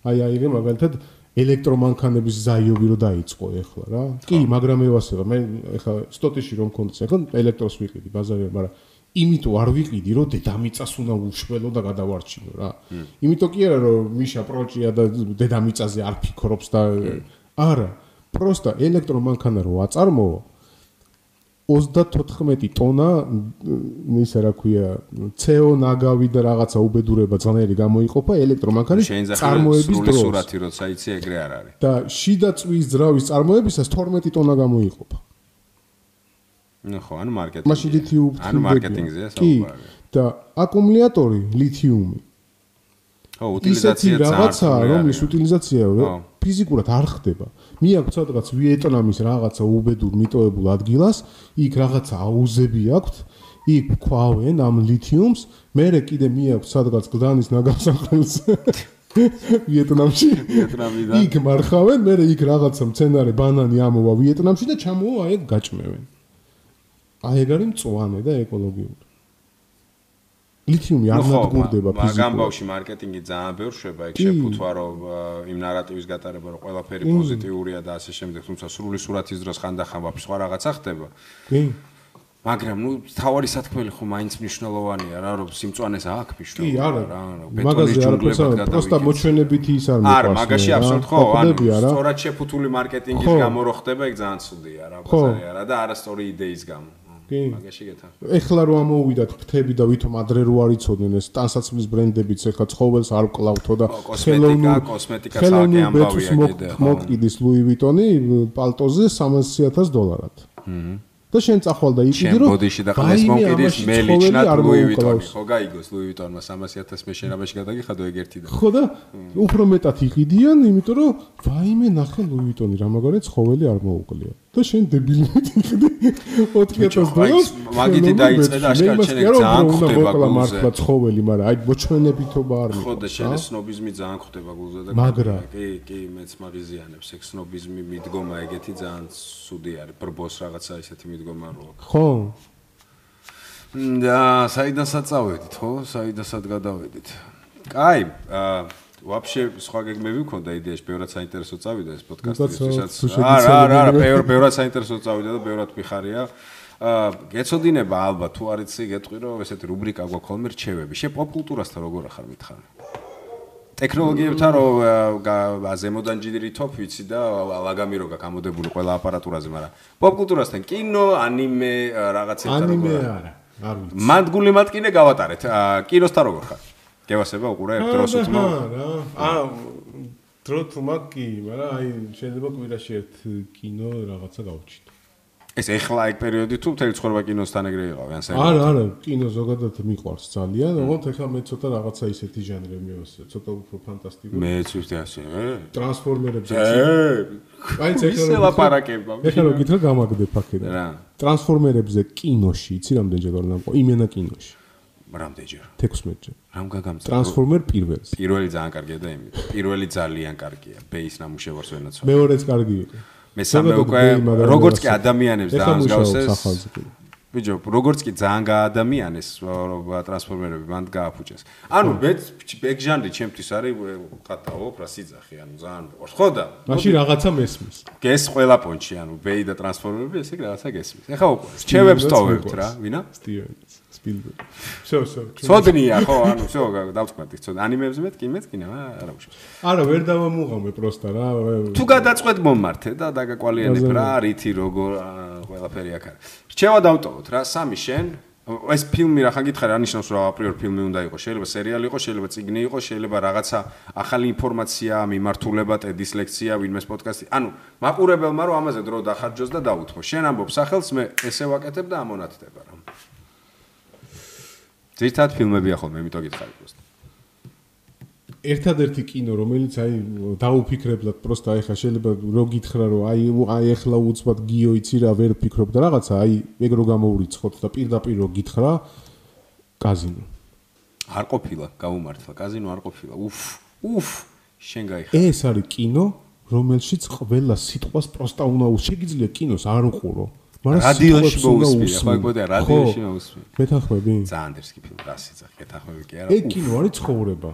C: აი აიღე მაგალითად ელექტრომანქანების ზაიობი რო დაიწყო ეხლა რა კი მაგრამ ევასება მე ეხა სტოტიში რომ კონდეს ეხლა ელექტროს ვიყიდი ბაზარი არ, მაგრამ იმიტომ არ ვიყიდი რომ დედამიწას უნდა უშველო და გადავარჩინო რა იმიტომ კი არა რომ მიშა პროჭია და დედამიწაზე არ ფიქრობს და არა პროსტა ელექტრომანქანა რო აწარმოო 34 ტონა მ, ისა რა ქვია CO ნაგავი და რაღაცა უბედურება ძნელი გამოიყოფა ელექტრომანქანის
B: შეიძლება
C: წარმოების
B: სრული
C: დროს
B: სურათი როცა იცი ეგრე არ არის
C: და შიდა წვის ძრავის წარმოებისას 12 ტონა გამოიყოფა.
B: ну ხო ანუ მარკეტინგი
C: მაშინ ლითიუმი
B: ანუ
C: ვრცელდება.
B: მარკეტინგზეა საუბარი
C: კი და აკუმულატორი ლითიუმი
B: ხო
C: ისეთი
B: უტილიზაცია
C: რაღაცაა
B: ძაართული
C: რომლის
B: არის.
C: უტილიზაცია
B: ხო.
C: ფიზიკურად არ ხდება. მე აქვს სადღაც ვიეტნამის რაღაცა უბედურ მიტოებულ ადგილას, იქ რაღაცა აუზები აქვთ, იქ ქვავენ ამ ლითიუმს, მე კიდე მე აქვს სადღაც გდანის ნაგასახელს ვიეტნამში
B: ვიეტნამიდან.
C: იქ მარხავენ, მე იქ რაღაცა მცენარე ბანანი ამოვა ვიეტნამში და ჩამოვა აი ეგ გაჭმევენ. აი ეგ არის მწვანე და ეკოლოგიური. ლითიუმი არ
B: ხო,
C: ნადგურდება
B: მაგ
C: ფიზიკურად.
B: ამბავში მარკეტინგი ძალიან ბევრ შვება, იქ
C: კი.
B: შეფუთვა რომ აა, იმ ნარატივის გატარება რომ ყველაფერი პოზიტიურია და ასე შემდეგ, თუმცა სრული სურათის დროს ხანდახან ვაფშე სხვა რაღაცა ხდება.
C: კი.
B: მაგრამ ნუ თავარი სათქმელი ხო მაინც მნიშვნელოვანია რა, რომ სიმწვანეს აქვს
C: კი,
B: მნიშვნელობა.
C: არა.
B: რა, ანუ
C: მაგაზე
B: ბეტონის
C: არაფერს
B: ჯუნგლებად
C: არა, პროსტა
B: გადავიქცე.
C: მოჩვენებითი ის არ მოყავს.
B: არა, მაგაში
C: მე, რა.
B: აბსოლუტ ხო,
C: ხდები,
B: ანუ
C: არა.
B: სწორად შეფუთული მარკეტინგის
C: ხო.
B: გამო რო ხდება, ეგ ძალიან ცუდია რა,
C: ხო.
B: ბაზარია რა და არასწორი იდეის გამო.
C: კი.
B: მაგაში გეთან.
C: ეხლა რო ამოვიდათ ფრთები და ვითომ ადრე რო არიწოდნენ ეს ტანსაცმლის ბრენდებიც ეხლა ცხოველს არ კლავთო და
B: ო, კოსმეტიკა, კოსმეტიკაც ალკე ამბავია კიდე, ხო.
C: მოკიდის ლუი ვიტონი პალტოზე 300000 დოლარად. და შენ წახვალ და
B: ჩემ
C: იყიდი რომ
B: ბოდიში და ყავს
C: რაიმე
B: მომკიდის
C: ამაში ცხოველი
B: მელიჩნად
C: არ
B: ლუი ვიტონი.
C: მოუკლავს.
B: ხო გაიგოს ლუი ვიტონმა 300000 მე შენ ამაში გადაგიხადო ეგ ერთი და.
C: ხო და უფრო მეტად იყიდიან, იმიტომ რომ ვაიმე ნახე ლუი ვიტონი რა მაგარი ცხოველი არ მოუკლია. და შენ დებილით იყიდი 4000
B: ბიჭო,
C: დოლარს.
B: აი, მაგითი დაიწყე და აშკარად შენ ეგ ძალიან ხვდება
C: გულა
B: გულზე.
C: მართლა ცხოველი, მაგრამ აი მოჩვენებითობა არ
B: ხო და
C: მიყვარს,
B: შენ
C: რა.
B: ეს სნობიზმი ძალიან ხვდება გულზე და
C: მაგრა.
B: კი კი მეც მაგიზიანებს ეგ სნობიზმი მიდგომა ეგეთი ძალიან ცუდი არის ბრბოს რაღაცა ისეთი მიდგომა რო აქვს
C: ხო
B: და საიდანაც წავედით ხო საიდანაც გადავედით კაი აა ვაფშე სხვა გეგმები მქონდა იდეაში, ბევრად საინტერესო წავიდა ეს პოდკასტისაც.
C: თუ შეგიძლია
B: არა, არა, არა,
C: მეგობრებო.
B: ბევრ ბევრად საინტერესო წავიდა და ბევრად მიხარია. აა გეცოდინება ალბათ თუ არ იცი გეტყვი რომ ესეთი რუბრიკა გვაქვს ხოლმე რჩევები. შე პოპკულტურასთან როგორ ახარ მითხარ? ტექნოლოგიებთან რომ აა, გა- ა, ზემოდან ჯიდერი თოფ ვიცი და ა, ლაგამი რო გაქვს ამოდებული ყველა აპარატურაზე, მაგრამ პოპკულტურასთან კინო, ანიმე, ა, რაღაცები
C: ანიმე არა არ ვიცი
B: მადგული მატკინე გავატარეთ. აა, კინოსთან როგორ ხარ? გევასება უყურებ დროს უწმო.
C: აჰა, რა ა დრო თუ მაგ კი მაგრამ აი შეიძლება კვირაში ერთ კინო რაღაცა გავჩით
B: ეს ეხლა ეგ პერიოდი თუ მთელი ცხოვრება კინოსთან ეგრე იყავი, ან საერთოდ.
C: არა არა კინო ზოგადად მიყვარს ძალიან ოღონდ ეხლა მე ცოტა რაღაცა ისეთი ჟანრები მევასწრე ცოტა უფრო ფანტასტიკური
B: მე ცივი ასე.
C: ტრანსფორმერებზე
B: ე
C: აი
B: ისე ლაპარაკებმა.
C: ეხლა რო გითხრა გამაგდებ აქედან
B: რა,
C: ტრანსფორმერებზე კინოში იცი რამდენჯერ გავნა იმენა კინოში
B: რამდენჯერ?
C: 16-ჯერ
B: რამ გაგამწა?
C: ტრანსფორმერ პირველს
B: პირველი ძალიან კარგია და იმით. პირველი ძალიან კარგია. ბეის ნამუშევარს ვენაც.
C: მეორეც კარგი იყო
B: მესამე
C: ზოგადად
B: უკვე
C: გეი, მაგრამ
B: როგორც კი
C: რაღაცა.
B: ადამიანებს
C: ეხლა მუშაობს
B: დაამსგავსეს,
C: ახალზე
B: ბიჭო, როგორც კი ძალიან გაადამიანეს რა, ტრანსფორმერები, მან გააფუჭეს. ანუ მეც ეგ ჟანრი ჩემთვის არის ყატაობ, რა სიძახი, ანუ ძალიან მიყვარს. ხო და
C: მაშინ რაღაცა მესმის
B: გეს ყველა პონჩი, ანუ ბეი და ტრანსფორმერები, ესე იგი რაღაცა გესმის. ეხა უკვე რჩევებს ტოვებთ რა, ვინა?
C: სტივენს სპილბერგი. всё, всё.
B: ცოდნია ხო, ანუ всё, დავწყვეტი, ცოდნა. ანიმეებზე მეთქი, მეთქინა, არა მუშაობს.
C: არა, ვერ დავამუღამე პროსტა რა.
B: თუ გადაწყვეტ მომართე და დაგაკვალიანებ რა, რითი როგორ აა, ყველაფერი აქ არის. რჩევა დავტოვოთ რა, სამი შენ ეს ფილმი რა ხან გითხარ რა ნიშნავს რა აპრიორ ფილმი უნდა იყოს შეიძლება სერიალი იყოს შეიძლება წიგნი იყოს შეიძლება რაღაცა ახალი ინფორმაცია მიმართულება ტედის ლექცია ვინმეს პოდკასტი ანუ მაყურებელმა რომ ამაზე დრო დახარჯოს და დაუთმო შენ ამბობ სახელს მე ესე ვაკეთებ და ამონათდება რა ძირთად ფილმებია ხოლმე იმიტომ გითხარი პროსტო
C: ერთადერთი კინო, რომელიც აი დაუფიქრებლად პროსტა ეხა შეიძლება რო გითხრა რომ აი უ- აი ეხლა უცბად გიო იცი რა ვერ ფიქრობ და რაღაცა აი ეგ რო გამოურიცხოთ და პირდაპირ რო გითხრა კაზინო.
B: არ ყოფილა გაუმართლა კაზინო არ ყოფილა უფ უფ შენ გაიხარ
C: ეს არის კინო, რომელშიც ყველა სიტყვას პროსტა უნდა უ- შეგიძლია კინოს არ უყურო. მაგრამ
B: რადიოში
C: სიტყვებს უნდა
B: მოусმინე ხო
C: უსმინო.
B: ეგოდა
C: ხო,
B: რადიოში მოусმინე
C: მეთანხმები?
B: ძალიან დერსკი ფილმი რა სიძახი გეთახმები კი
C: ეგ
B: არა უფ,
C: კინო არის ცხოვრება.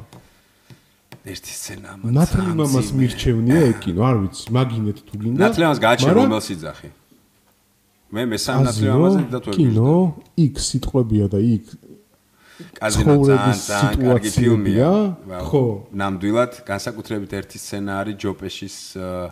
B: ერთი სცენა ამან
C: ნათლი
B: ძალიან
C: მამას
B: მძიმე.
C: მირჩევნია ეგ კინო, არ ვიცი, მაგინეთ თუ გინდა.
B: ნათლი ამას გააჩნია
C: მაგრამ
B: რომელ სიძახი მე მესამე ნათლი
C: კაზინო,
B: ამაზე და თუ
C: კინო, იქ სიტყვებია და იქ
B: კაზინო ძალიან
C: ცხოვრების
B: ძალიან კარგი ფილმია.
C: სიტუაციებია. ხო.
B: ნამდვილად განსაკუთრებით ერთი სცენა არის ჯოპეშის აა,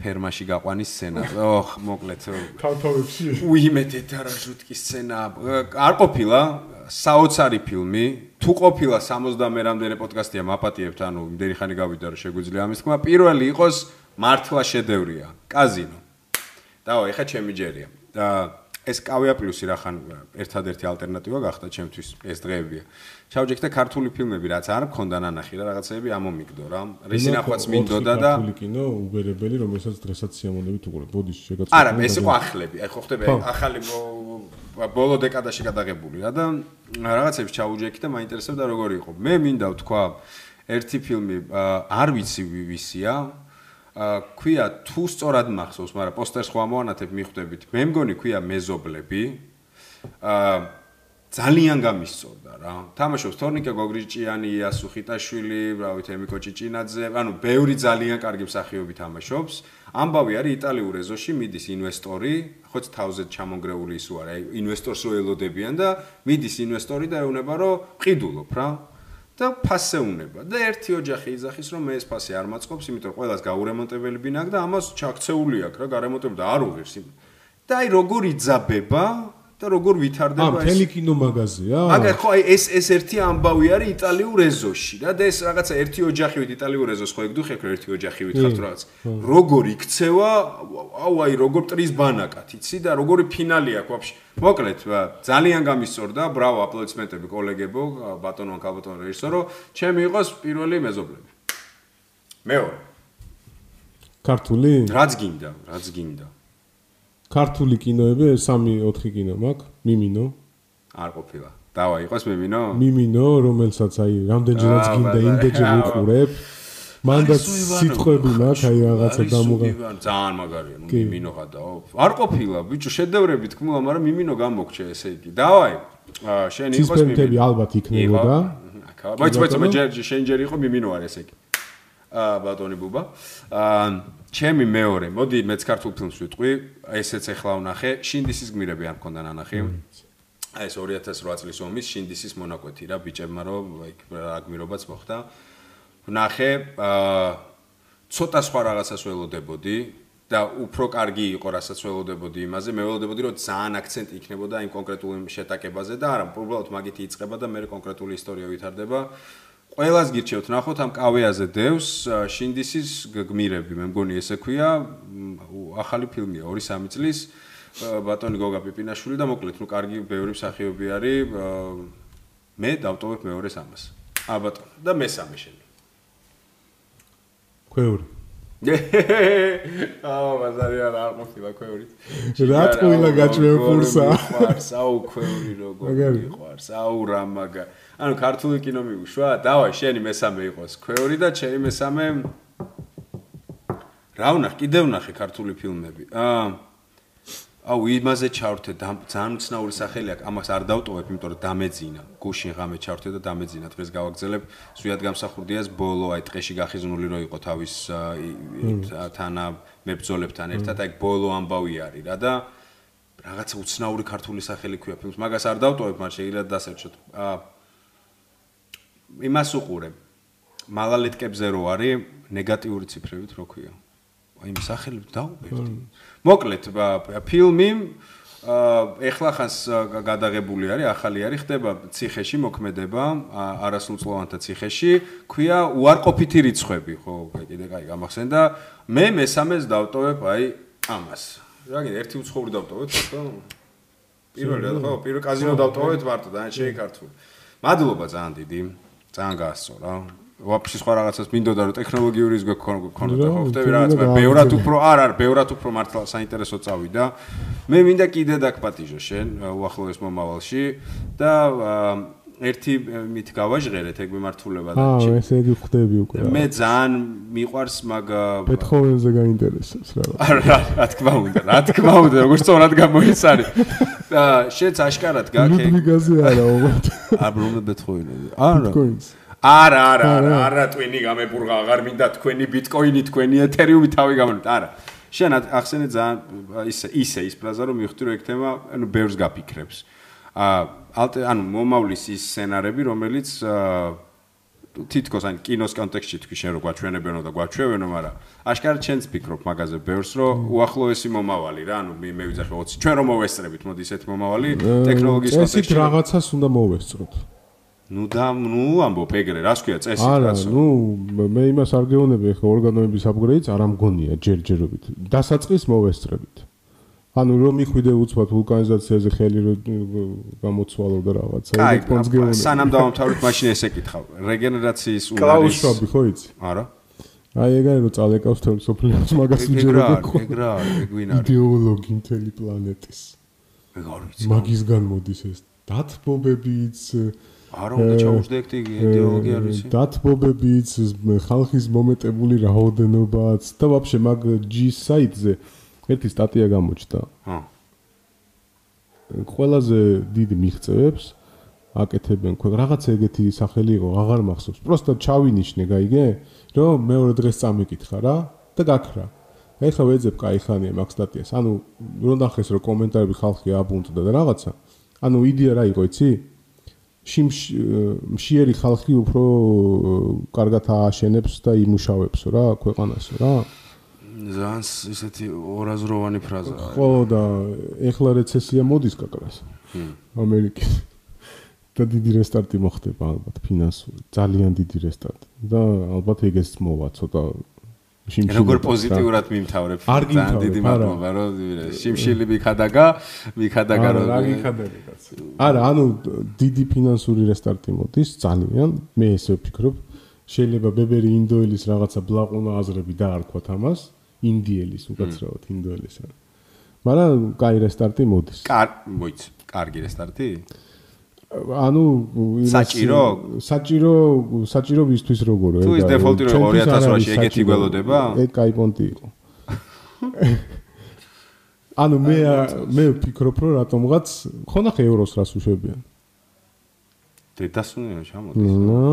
B: ფერმაში გაყვანის სცენა. ოხ, მოკლედ
C: თავთავებში
B: უიმედე დარაჟუტკი სცენა აა, არ ყოფილა საოცარი ფილმი თუ ყოფილა 60-მე რამდენე პოდკასტია მაპატიებთ ანუ იმდენი ხანი გავიდა რომ შეგვიძლია ამის თქმა პირველი იყოს მართლა შედევრია კაზინო დავა ეხა ჩემი ჯერია და ეს კავია პლუსი რა ხან ერთადერთი ალტერნატივა გახდა ჩემთვის ეს დღეებია ჩავჯექდა ქართული ფილმები რაც არ მქონდა ნანახი რა რაღაცეები ამომიგდო რა რისი ნახვაც მინდოდა და
C: ქართული კინო უბერებელი, რომელსაც დღესაც სიამოვნებით უყურებ. ბოდიში შეგაწყო.
B: არა, ეს იყო ახლები. აი ხო ხდება
C: ხო.
B: ახალი ბო- ბოლო დეკადაში გადაღებული რა და რაღაცებს ჩაუჯექი და მაინტერესებდა როგორი იყო. მე მინდა ვთქვა ერთი ფილმი, აა, არ ვიცი ვი- ვისია. აა ქვია თუ სწორად მახსოვს, მაგრამ პოსტერს ხო ამოვანათებ მიხვდებით. მე მგონი ქვია მეზობლები. აა ძალიან გამისწორდა რა. თამაშობს თორნიკა გოგრიჭიანი, იასუ ხიტაშვილი, რა ვიცი, ემიკო ჭიჭინაძე, ანუ ბევრი ძალიან კარგი მსახიობი თამაშობს. ამბავი არის იტალიურ ეზოში მიდის ინვესტორი, ხოც თავზე ჩამონგრეული ისო არა, აი, ინვესტორს რო ელოდებიან და მიდის ინვესტორი და ეუბნება რომ ყიდულობ რა. და ფასე უნება და ერთი ოჯახი იძახის რომ მე ეს ფასე არ მაწყობს, იმიტომ რომ ყველას გაურემონტებელი ბინა აქვს და ამას ჩაქცეული აქვს რა, გარემონტებული და არ უღირს. და აი როგორ იძაბება და როგორ
C: ამ
B: ვითარდება
C: მთელი კინომაგაზია?
B: აგერ ხო აი ეს ეს ერთი ამბავი არის იტალიურ ეზოში რა და ეს რაღაცა ერთი ოჯახივით იტალიურ ეზოს ხო ეგდუხեք რომ ერთი ოჯახივით ხართ რაღაც როგორ იქცევა აუ აი როგორ ტრის ბანაკად იცი და როგორი ფინალი აქვს ვაფშე მოკლედ ა, ძალიან გამისწორდა ბრავო აპლოდისმენტები კოლეგებო ა, ბატონო კაბატონო რეჟისორო რომ ჩემი იყოს პირველი მეზობლები მეორე
C: ქართული?
B: რაც გინდა რაც გინდა
C: ქართული კინოები 3-4 კინო მაქვს, მიმინო.
B: არ ყოფილა დავა იყოს მიმინო
C: მიმინო, რომელსაც აი რამდენჯერაც
B: აა,
C: გინდა,
B: ბატონო,
C: იმდენჯერ
B: ხავა.
C: უყურებ. მანდაც სიტყვები მაქვს, აი რაღაცა დამუღა.
B: ძალიან მაგარია, ნუ მიმინო გადაო. არ ყოფილა, ბიჭო, შედევრები თქმულა, მაგრამ მიმინო გამოგჩა ესე იგი. დავაი. აა შენ იყოს
C: ცისფერმიტები ალბათ იქნებოდა.
B: აკა, բայց բայց მე ჯერ შენ ჯერ იყო მიმინო არ ესე იგი. აა ბატონი ბუბა. აა ჩემი მეორე, მოდი მეც ქართულ ფილმს ვიტყვი, ესეც ეხლა ვნახე, შინდისის გმირები არ მქონდა ნანახი. აი ეს 2008 წლის ომის შინდისის მონაკვეთი რა ბიჭებმა რო იქ რა გმირობაც მოხდა. ვნახე აა ცოტა სხვა რაღაცას ველოდებოდი და უფრო კარგი იყო რასაც ველოდებოდი იმაზე. მე ველოდებოდი რომ ძალიან აქცენტი იქნებოდა იმ კონკრეტულ შეტაკებაზე და არა, უბრალოდ მაგითი იწება და მე კონკრეტული ისტორია ვითარდება. ყველას გირჩევთ ნახოთ ამ კავეაზე დევს ა, შინდისის გ- გმირები, მე მგონი ესე ქვია, მ, უ- ახალი ფილმია 2-3 წლის ა, ბატონი გოგა პიპინაშვილი და მოკლედ ნუ კარგი ბევრი მსახიობი არის. ა, მე დავტოვებ მეორეს ამას. ა ბატონო და მესამე შენი.
C: ქვეური.
B: აა მაზარი არა არ ყოფილა ქვევრი.
C: რა ტყუილა გაჭმევ ფურსა.
B: ყარს, აუ ქვევრი როგორი
C: მაგარი.
B: ყარს, აუ რა მაგა. ანუ ქართული კინო მივუშვა, დავა შენი მესამე იყოს ქვევრი და ჩემი მესამე რა ვნახ, კიდევ ვნახე ქართული ფილმები. აა აუ იმაზე ჩავრთე და ძალიან უცნაური სახელი აქვს ამას არ დავტოვებ იმიტომ რომ დამეძინა გუშინ ღამე ჩავრთე და დამეძინა დღეს გავაგზელებ სვიად გამსახურდიას ბოლო აი ტყეში გახიზნული რო იყო თავის ა, ი- ი- თა- თანა მებრძოლებთან ერთად აი ბოლო ამბავი არის რა და რაღაცა უცნაური ქართული სახელი ქვია ფილმს მაგას არ დავტოვებ მაგრამ შეიძლება დასერჩოთ აა იმას უყურებ მალალეტკებზე რო არის ნეგატიური ციფრებით რო ქვია აი იმ სახელებს დაუბერდი მოკლედ ბა- ფილმი აა ეხლა ხანს ა, გა- გადაღებული არის ახალი არის ხდება ციხეში მოქმედება ა, არასრულწლოვანთა ციხეში ქვია უარყოფითი რიცხვები ხო კიდე კაი გამახსენდა მე მესამეს დავტოვებ აი ამას რა გინდა ერთი უცხოური დავტოვოთ ხო პირველი რა ხო პირველ კაზინო დავტოვეთ მარტო და შეიძლება ქართული მადლობა ძალიან დიდი ძალიან გაასწორა ვაფშე სხვა რაღაცას მინდოდა რომ ტექნოლოგიური ის გქონოდა ხო ხტები რაღაც მე ბევრად უფრო არ არ ბევრად უფრო მართლა საინტერესო წავიდა მე მინდა კიდე დაგპატიჟო შენ ა, უახლოეს მომავალში და ა, ერთი ე, მით გავაჟღერეთ ეგ მიმართულება და
C: აა,
B: ჩი-
C: ესე იგი ხვდები უკვე.
B: მე ძალიან მიყვარს მაგ ა,
C: ბეთჰოვენზე გაინტერესებს რა.
B: რა რა თქმა უნდა, რა თქმა უნდა, როგორც სწორად გამოიცარი. და შეც აშკარად გააკეთე.
C: ლუდვიგაზე არა, უბრალოდ.
B: აბრუნე ბეთქოინი. არა.
C: ბიტკოინს.
B: არა, არა, არა, არა ტვინი გამეპურღა, აღარ მინდა თქვენი ბიტკოინი, თქვენი ეთერიუმი თავი გამონით. არა. შენ ათ- ახსენე ძალიან ისე ისე ის ფრაზა რომ მივხვდი რომ ეგ თემა ანუ ბევრს გაფიქრებს. აა ალტე ანუ მომავლის ის სცენარები რომელიც აა თითქოს ან კინოს კონტექსტში თქვი შენ რომ გვაჩვენებენო და გვაჩვევენო, მაგრამ აშკარად შენც ფიქრობ მაგაზე ბევრს, რომ უახლოესი მომავალი რა, ანუ მე მე ვიძახე 20. ჩვენ რომ მოვესწრებით, მოდი ესეთ მომავალი
C: Э,
B: ტექნოლოგიის
C: ესეთ
B: კონტექსტში.
C: რაღაცას უნდა მოვესწროთ.
B: ნუ და ნუ ამბობ ეგრე, რას ქვია წესი
C: არა,
B: კაცო.
C: ნუ მე- მე იმას არ გეუბნები ხო ორგანოების აპგრეიდს არ ამგონია ჯერჯერობით. დასაწყის მოვესწრებით. ანუ რომ იხვიდე უცბად ვულკანიზაციაზე ხელი რომ გამოცვალო და რაღაცა.
B: აი,
C: ეგ ფონს გეუბნები.
B: სანამ დავამთავრეთ, მაშინ ესე კითხავ. რეგენერაციის უნარის
C: კლაუშაბი ხო იცი?
B: არა?
C: აი ეგ არის რომ წალეკავს თელ სოფლიოს მაგას
B: ეგ ეგ რა,
C: უჯერებდა
B: არის,
C: ხო?
B: ეგ რა, არის, ეგ ვინ არის?
C: იდეოლოგი მთელი პლანეტის.
B: ეგ არ ვიცი.
C: მაგისგან მოდის ეს დათბობებიც
B: არა, უნდა ჩაუშვდე ეგ თი იდეოლოგია არ
C: ე,
B: ვიცი.
C: დათბობებიც, ეს მ- ხალხის მომეტებული რაოდენობაც და ვაფშე მაგ G site-ზე ერთი სტატია გამოჩნდა.
B: ჰა.
C: ყველაზე დიდ მიღწევებს აკეთებენ ქო რაღაცა ეგეთი სახელი იყო აღარ მახსოვს პროსტა ჩავინიშნე გაიგე რომ მეორე დღეს წამიკითხა რა და გაქრა ეხლა ვეძებ кайხანია მაგ სტატიას ანუ რომ ნახეს რომ კომენტარები ხალხი აბუნტდა და რაღაცა ანუ იდეა რა იყო იცი შიმშ მშიერი ხალხი უფრო კარგად ააშენებს და იმუშავებსო რა ქვეყანასო რა
B: ძალიან ისეთი ორაზროვანი ფრაზაა.
C: ხო და ეხლა რეცესია მოდის კაკრას. ამერიკის და დიდი რესტარტი მოხდება ალბათ ფინანსური, ძალიან დიდი რესტარტი და ალბათ ეგეც მოვა ცოტა შიმშილობა.
B: როგორ პოზიტიურად მიმთავრებ.
C: არ
B: ძალიან დიდი
C: გიმთავრებ, არა.
B: მადლობა, რომ შიმშილი მიქადაგა, მიქადაგა
C: არა, რა გიხადები კაცო. არა, ანუ დიდი ფინანსური რესტარტი მოდის ძალიან. მე ესე ვფიქრობ, შეიძლება ბებერი ინდოელის რაღაცა ბლაყუნა აზრები დაარქვათ ამას, ინდიელის უკაცრავად ინდოელის არა. მაგრამ კაი რესტარტი მოდის.
B: კარ, მოიც, კარგი რესტარტი?
C: ანუ იმას-
B: საჭირო?
C: საჭირო საჭირო ვისთვის როგორ
B: თუ ის
C: ეგ არის,
B: დეფოლტი რო
C: ჩემთვის არ
B: 2008
C: არის
B: -ში ეგეთი
C: საჭირო.
B: გველოდება?
C: ეგ კაი პონტი იყო ანუ მე მე ვფიქრობ რომ რატომღაც ხო ნახე ევროს რას უშვებიან
B: დედასუნია ჩამოდის.
C: ნო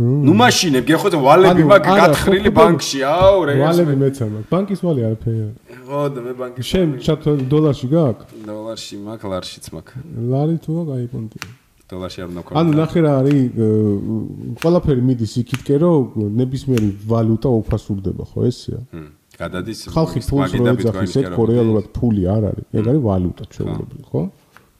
B: ნუ მაშინებ გეხოთ ვალები
C: ანუ,
B: მაგ
C: არა,
B: გათხრილი
C: ხო, ხო,
B: ბანკში, აუ რე.
C: ვალები მეცა მაქვს ბანკის ვალი არაფერი არა.
B: ხო და მე ბანკში
C: შენ ჩათო დოლარში გაქვს
B: დოლარში მაქვს, ლარშიც მაქვს.
C: ლარი თუ აქვს აი პონტი
B: დოლარში არ მნოქო.
C: ანუ ნახე რა არის ე, ყველაფერი მიდის იქითკე რომ ნებისმიერი ვალუტა უფასურდება ხო ესეა
B: გადადის
C: ხალხი ფულს რო ეძახის ეგ ხო რეალურად ფული არ არის ეგ არის ვალუტა ჩვეულებრივ ხო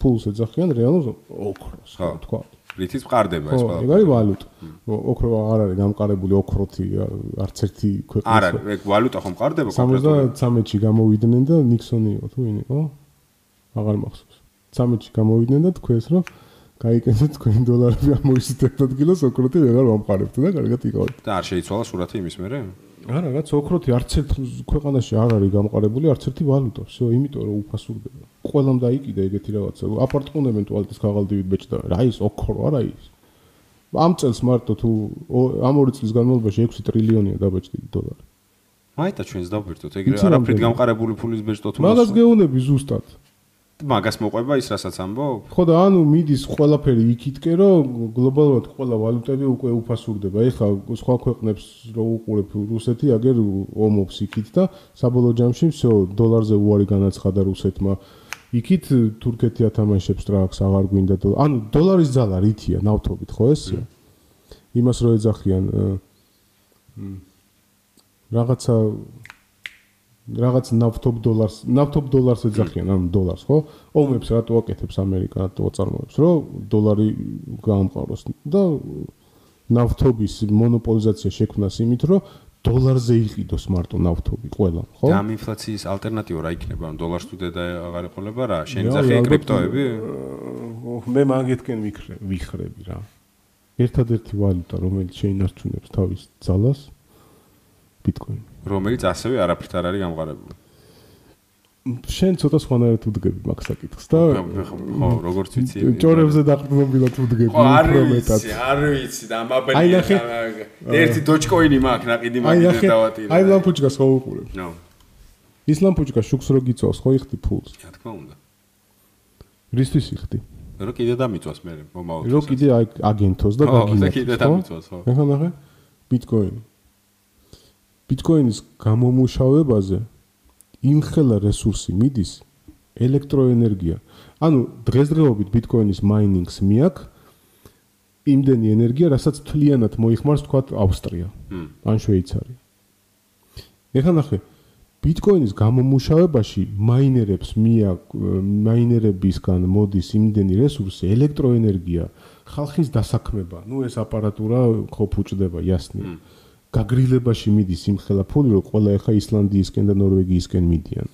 C: ფულს ეძახიან რეალურად ოქროს
B: ხო.
C: რა თქვა
B: რითიც მყარდება ეს
C: ხო ეგ
B: ყველა.
C: არის ვალუტა ო- ოქრო არ არის გამყარებული ოქროთი არ- არც ერთი
B: არ
C: ქვეყნის
B: არის, ეგ ვალუტა ხომ მყარდება კონკრეტულად?
C: 73-ში გამოვიდნენ და ნიქსონი იყო თუ ვინ იყო? აღარ მახსოვს. 13-ში გამოვიდნენ და თქვენს რომ გაიკეთეთ თქვენ დოლარები ამოიზრდებთ ადგილას ოქროთი ვეღარ ვამყარებთ და კარგად იყავით.
B: და არ შეიცვალა სურათი იმის მერე?
C: არა, რაც ოქროთი არც ერთ ქვეყანაში არ არის გამყარებული, არც ერთი ვალუტა. всё, იმიტომ რომ უფასურდება. ყველამ დაიკიდა ეგეთი რაღაცა. აპარტყუნებენ ტუალეტის ქაღალდივით ბეჭდა. რა ის ოქრო არა ის. ამ წელს მარტო თუ ო- ამ ორი წლის განმავლობაში 6 ტრილიონია დაბეჭდილი დოლარი.
B: მაიტა ჩვენს დავბირთოთ, ეგრე
C: იცი
B: არაფრით
C: რამდენი?
B: გამყარებული ფულის ბეჭდოთ უნდა.
C: მაგას გეუბნები ზუსტად.
B: მაგას მოყვება ის რასაც ამბობ?
C: ხო და ანუ მიდის ყველაფერი იქითკე რომ გლობალურად ყველა ვალუტები უკვე უფასურდება. ეხლა სხვა ქვეყნებს რო უყურებ რუსეთი აგერ ომობს იქით და საბოლოო ჯამში всё დოლარზე უარი განაცხადა რუსეთმა. იქით თურქეთი ათამაშებს ტრაქს აღარ გვინდა დო ანუ დოლარის ძალა რითია ნავთობით ხო ესეა. იმას რო ეძახიან ე, მ, რაღაცა რაღაც ნავთობ დოლარს, ნავთობ დოლარს ეძახიან, ანუ დოლარს, ხო? ომებს რატო აკეთებს ამერიკა, რატო აწარმოებს, რომ დოლარი გაამყაროს და ნავთობის მონოპოლიზაცია შექმნას იმით, რომ დოლარზე იყიდოს მარტო ნავთობი ყველა, ხო?
B: და ამ ინფლაციის ალტერნატივა რა იქნება? ანუ დოლარს თუ დედა აღარ ეყოლება რა? შენ
C: რა,
B: ძახე
C: ალბათ-
B: კრიპტოები?
C: ოჰ, მე მაგეთკენ ვიხრე- ვიხრები რა. ერთადერთი ვალუტა, რომელიც შეინარჩუნებს თავის ძალას ბიტკოინი.
B: რომელიც ასევე არაფრით არ არის გამყარებული.
C: შენ ცოტა სხვანაირად უდგები მაგ საკითხს და
B: ხო, როგორც ვიცი.
C: ჭორებზე დაყრდნობილად უდგები.
B: ხო, არ
C: უფრო მეტად.
B: ვიცი, არ ვიცი და ამაბნი.
C: აი, ნახე.
B: ერთი დოჯკოინი მაქვს, ნაყიდი
C: აი
B: მაგით
C: ნახე,
B: დავატირე.
C: აი ლამპუჩკას ხო უყურებ?
B: ნო,
C: ის ლამპუჩკა შუქს რო გიწევს, ხო იხდი ფულს.
B: რა თქმა უნდა.
C: რისთვის იხდი?
B: რო კიდე დამიწვას მე, მომავალ.
C: რო კიდე აი აგენთოს და
B: ხო, და კიდე დამიწვას, ხო.
C: ეხლა ნახე. ბიტკოინი. ბიტკოინის გამომუშავებაზე იმხელა რესურსი მიდის ელექტროენერგია. ანუ დღესდღეობით ბიტკოინის მაინინგს მიაქვს იმდენი ენერგია, რასაც თლიანად მოიხმარს თქვა ავსტრია
B: მმ.
C: ან შვეიცარია. ეხლა ნახე, ბიტკოინის გამომუშავებაში მაინერებს მია მაინერებისგან მოდის იმდენი რესურსი, ელექტროენერგია, ხალხის დასაქმება. ნუ ეს აპარატურა ხო ფუჭდება, ясно. გაგრილებაში მიდის იმ ხელა ფული, რომ ყველა ეხა ისლანდიისკენ და ნორვეგიისკენ მიდიან.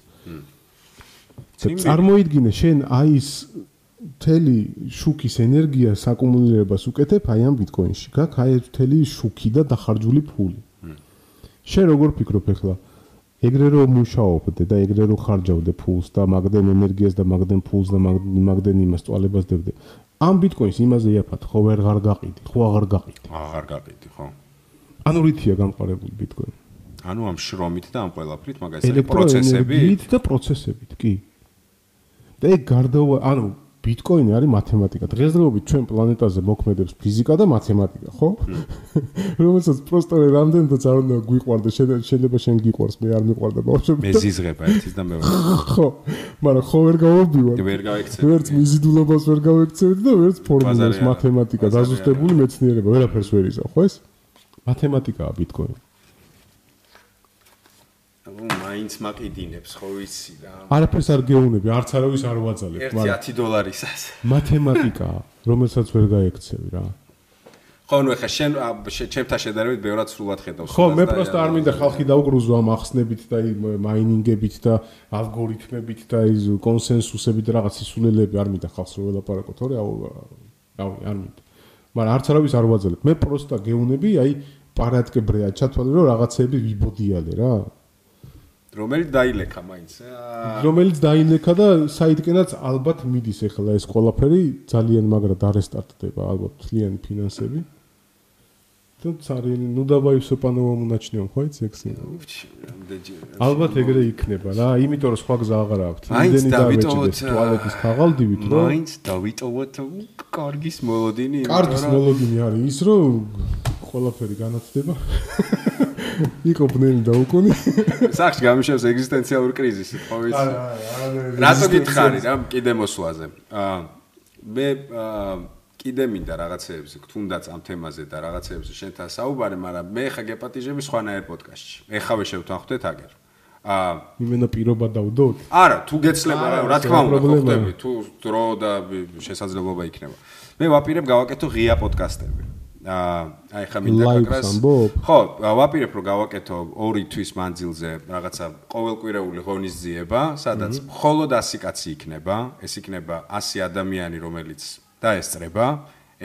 C: და
B: ციმბირი.
C: წარმოიდგინე შენ აი ის მთელი შუქის ენერგია საკუმულირებას უკეთებ აი ამ ბიტკოინში. გაქვს აი ეს მთელი შუქი და დახარჯული ფული. შენ როგორ ფიქრობ ეხლა? ეგრე რომ მუშაობდე და ეგრე რომ ხარჯავდე ფულს და მაგდენ ენერგიას და მაგდენ ფულს და მაგ- მაგდენ იმას წვალებას დებდე. ამ ბიტკოინს იმაზე იაფად, ხო ვერ აღარ გაყიდი, ხო აღარ გაყიდი.
B: აღარ გაყიდი, ხო.
C: ანუ რითია გამყარებული ბიტკოინი?
B: ანუ ამ შრომით და ამ ყველაფრით მაგას არის პროცესები.
C: ელექტროენერგიით და პროცესებით, კი. და ეგ გარდა ანუ ბიტკოინი არის მათემატიკა. დღესდღეობით ჩვენ პლანეტაზე მოქმედებს ფიზიკა და მათემატიკა, ხო? რომელსაც პროსტო რამდენადაც არ უნდა გვიყვარდეს, შენ შეიძლება შენ გიყვარს, მე არ მიყვარდა ბავშვი.
B: მე ზიზღებ ერთის და მეორე.
C: ხო, მაგრამ ხო ვერ გავობივარ.
B: ვერ გავიქცევი.
C: ვერც მიზიდულობას ვერ გავექცევით და ვერც ფორმულებს
B: ბაზარი არა.
C: მათემატიკა,
B: ბაზარი
C: დაზუსტებული მეცნიერება, ვერაფერს ვერ იზახ, ხო ეს? მათემატიკაა ბიტკოინი.
B: უ, მაინც მაკიდინებს, ხო ვიცი რა.
C: არაფერს არ გეუბნები, არც არავის არ ვაძალებ,
B: ერთი 10 დოლარისას.
C: მათემატიკაა, რომელსაც ვერ გაექცევი რა.
B: ხო, ნუ ეხა შენ ა, შე- ჩემთან შედარებით ბევრად სრულად ხედავს.
C: ხო,
B: მას
C: მე
B: და
C: просто არ მინდა ხალხი დაუგრუზო ამ ახსნებით და იმ მაინინგებით და ალგორითმებით და ის კონსენსუსებით და რაღაც ისულელები არ მინდა ხალხს რომ ველაპარაკოთ, ორი რავი, არ მინდა. მაგრამ არც არავის არ ვაძლევ. მე просто გეუნები, აი პარატკებრეა ჩათვალე რომ რაღაცეები ვიბოდიალე რა.
B: რომელიც დაილეკა მაინც. აა,
C: რომელიც დაინეკა და საიდკენაც ალბათ მიდის ეხლა ეს ყველაფერი ძალიან მაგრამ დარესტარტდება ალბათ მთლიანი ფინანსები. თუ цаრი, ну давай всё по-новому начнём, ხო იცი ექსი?
B: უჩი, რამდენჯერ.
C: ალბათ ეგრე იქნება რა, იმიტომ რომ სხვა გზა აღარ აქვს.
B: მაინც
C: იმდენი
B: დავიტოვოთ,
C: დავეჭდეს
B: აა,
C: ტუალეტის ქაღალდივით, რომ
B: მაინც დავიტოვოთ კარგის მოლოდინი. იმიტომ
C: კარგის
B: რომ-
C: მოლოდინი არის ის, რომ ყველაფერი განათდება. იყო ბნელი და უკუნი.
B: სახში გამიშევს ეგზისტენციალურ კრიზისი, ხო ვიცი?
C: არა.
B: რატო გითხარი რა კიდე მოსვლაზე? აა მე აა კიდე მინდა რაღაცეებზე, თუნდაც ამ თემაზე და რაღაცეებზე შენთან საუბარი, მაგრამ მე ხა გეპატიჟები სხვანაირ პოდკასტში. ეხავე შევთანხმდეთ აგერ. აა
C: იმენა პირობა დავდოთ.
B: არა, თუ გეცლება რა,
C: არა,
B: რა თქმა უნდა, ხო
C: პრობლემაა.
B: ხდები, თუ დრო და შესაძლებლობა იქნება. მე ვაპირებ გავაკეთო ღია პოდკასტები. აა აი ხა მინდა
C: Live-ს
B: გაკრას.
C: ამბობ?
B: ხო, ვაპირებ რომ გავაკეთო ორი თვის მანძილზე რაღაცა ყოველკვირეული ღონისძიება, სადაც მხოლოდ 100 კაცი იქნება, ეს იქნება 100 ადამიანი, რომელიც დაესწრება,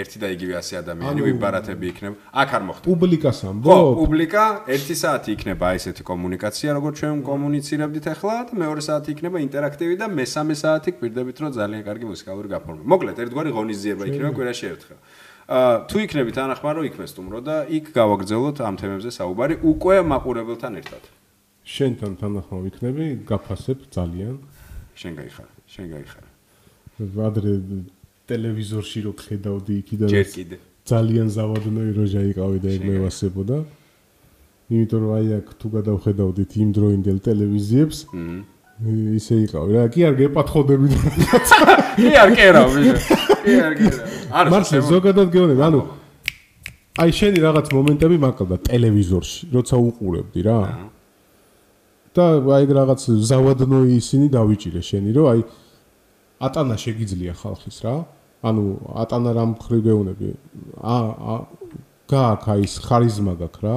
B: ერთი და იგივე 100 ადამიანი ვიბარათები იქნება. აქ არ მოხდება.
C: პუბლიკას
B: ხო,
C: ამბობ.
B: პუბლიკა 1 საათი იქნება აი ესეთი კომუნიკაცია, როგორც ჩვენ კომუნიცირებდით ახლა და მეორე საათი იქნება ინტერაქტივი და მესამე საათი გვირდებით, რომ ძალიან კარგი მუსიკალური გაფორმა. მოკლედ, ერთგვარი ღონისძიება იქნება კვირაში ერთხელ. აა თუ იქნებით ანახმარო იქ მესტუმრო და იქ გავაგრძელოთ ამ თემებზე საუბარი უკვე მაყურებელთან ერთად.
C: შენთან თანახმოვ იქნები, გაფასებ ძალიან.
B: შენ გაიხარე, შენ გაიხარე.
C: ადრე ტელევიზორში რო ხედავდი იქიდან
B: ჯერ კიდე.
C: ძალიან ზავადნოი როჟა იყავი და ეგ მევასებოდა. იმიტომ რომ აი აქ თუ გადავხედავდით იმ დროინდელ ტელევიზიებს, ისე იყავი რა, კი არ გეპათხოვდები.
B: კი არ კერა, ბიჭო. კი არ კერა. არა,
C: მართლა ზოგადად გეუბნები, ანუ აი შენი რაღაც მომენტები მაკლდა ტელევიზორში, როცა უყურებდი რა. და აი ეგ რაღაც ზავადნოი ისინი დავიჭირე შენი, რომ აი ატანა შეგიძლია ხალხის რა. ანუ ატანა რამ ხრივ გეუნები. ა ა გააქვს აი ეს ხარიზმა გაქვს რა.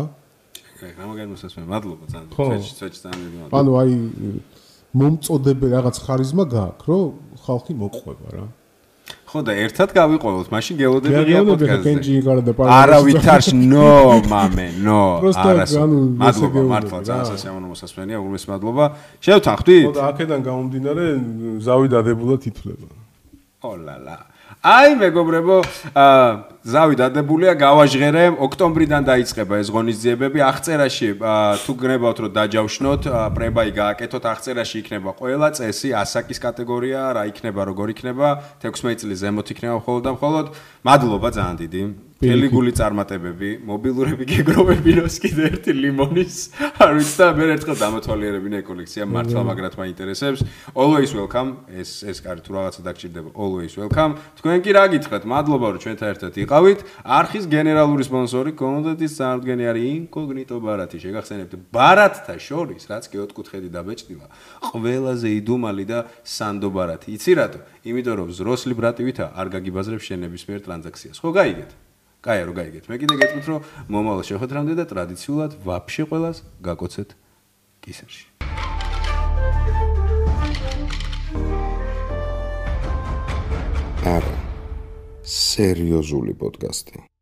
B: გამაგერ მოსასმე. მადლობა ძალიან.
C: ხო.
B: წეჩი, წეჩი ძალიან მადლობა.
C: ანუ აი მომწოდები რაღაც ხარიზმა გააქვს, რომ ხალხი მოყვება რა.
B: ხო და ერთად გავიყვებოთ, მაშინ გელოდები ღია
C: გეუბნები ხა
B: პოდკასტზე.
C: კენჯი იყარა და
B: არავითარს ნო მამე ნო
C: Просто, ანუ, ესე
B: მადლობა
C: გეუბნები,
B: მართლა
C: რა.
B: ძალიან სასიამოვნო მოსასმენია გულმის მადლობა შევთანხმდით
C: და აქედან გამომდინარე ზავი დადებულად ითვლება.
B: ოლალა აი მეგობრებო აა, ზავი დადებულია გავაჟღერე ოქტომბრიდან დაიწყება ეს ღონისძიებები აღწერაში აა, თუ გნებავთ რომ დაჯავშნოთ აა, პრებაი გააკეთოთ აღწერაში იქნება ყველა წესი ასაკის კატეგორია რა იქნება როგორ იქნება 16 წლის ზემოთ იქნება მხოლოდ და მხოლოდ მადლობა ძალიან დიდი
C: პირიქით.
B: ელი გული წარმატებები, მობილურები გეგროვებინოს კიდე ერთი ლიმონის. არ ვიცი და მე ერთხელ დამათვალიერებინა ეგ კოლექცია, მართლა მაგრად მაინტერესებს. Always welcome. ეს ეს კარი თუ რაღაცა დაგჭირდება, always welcome. თქვენ კი რა გითხრათ? მადლობა რომ ჩვენთან ერთად იყავით. არხის გენერალური სპონსორი კონდენტის წარმოდგენი არის Incognito ბარათი. შეგახსენებთ, ბარათთა შორის, რაც კი ოთხკუთხედი დაბეჭდილა, ყველაზე იდუმალი და სანდო ბარათი. იცი რატო? იმიტომ რომ ზროსლი ბრატივითა არ გაგიბაზრებს შენებისმიერ ტრანზაქციას. ხო გაიგეთ? კაი, რომ გაიგეთ. მე კიდე გეტყვით, რომ მომავალ შეხვედრამდე და ტრადიციულად ვაფშე ყველას გაკოცეთ კისერში.
A: არა. სერიოზული პოდკასტი.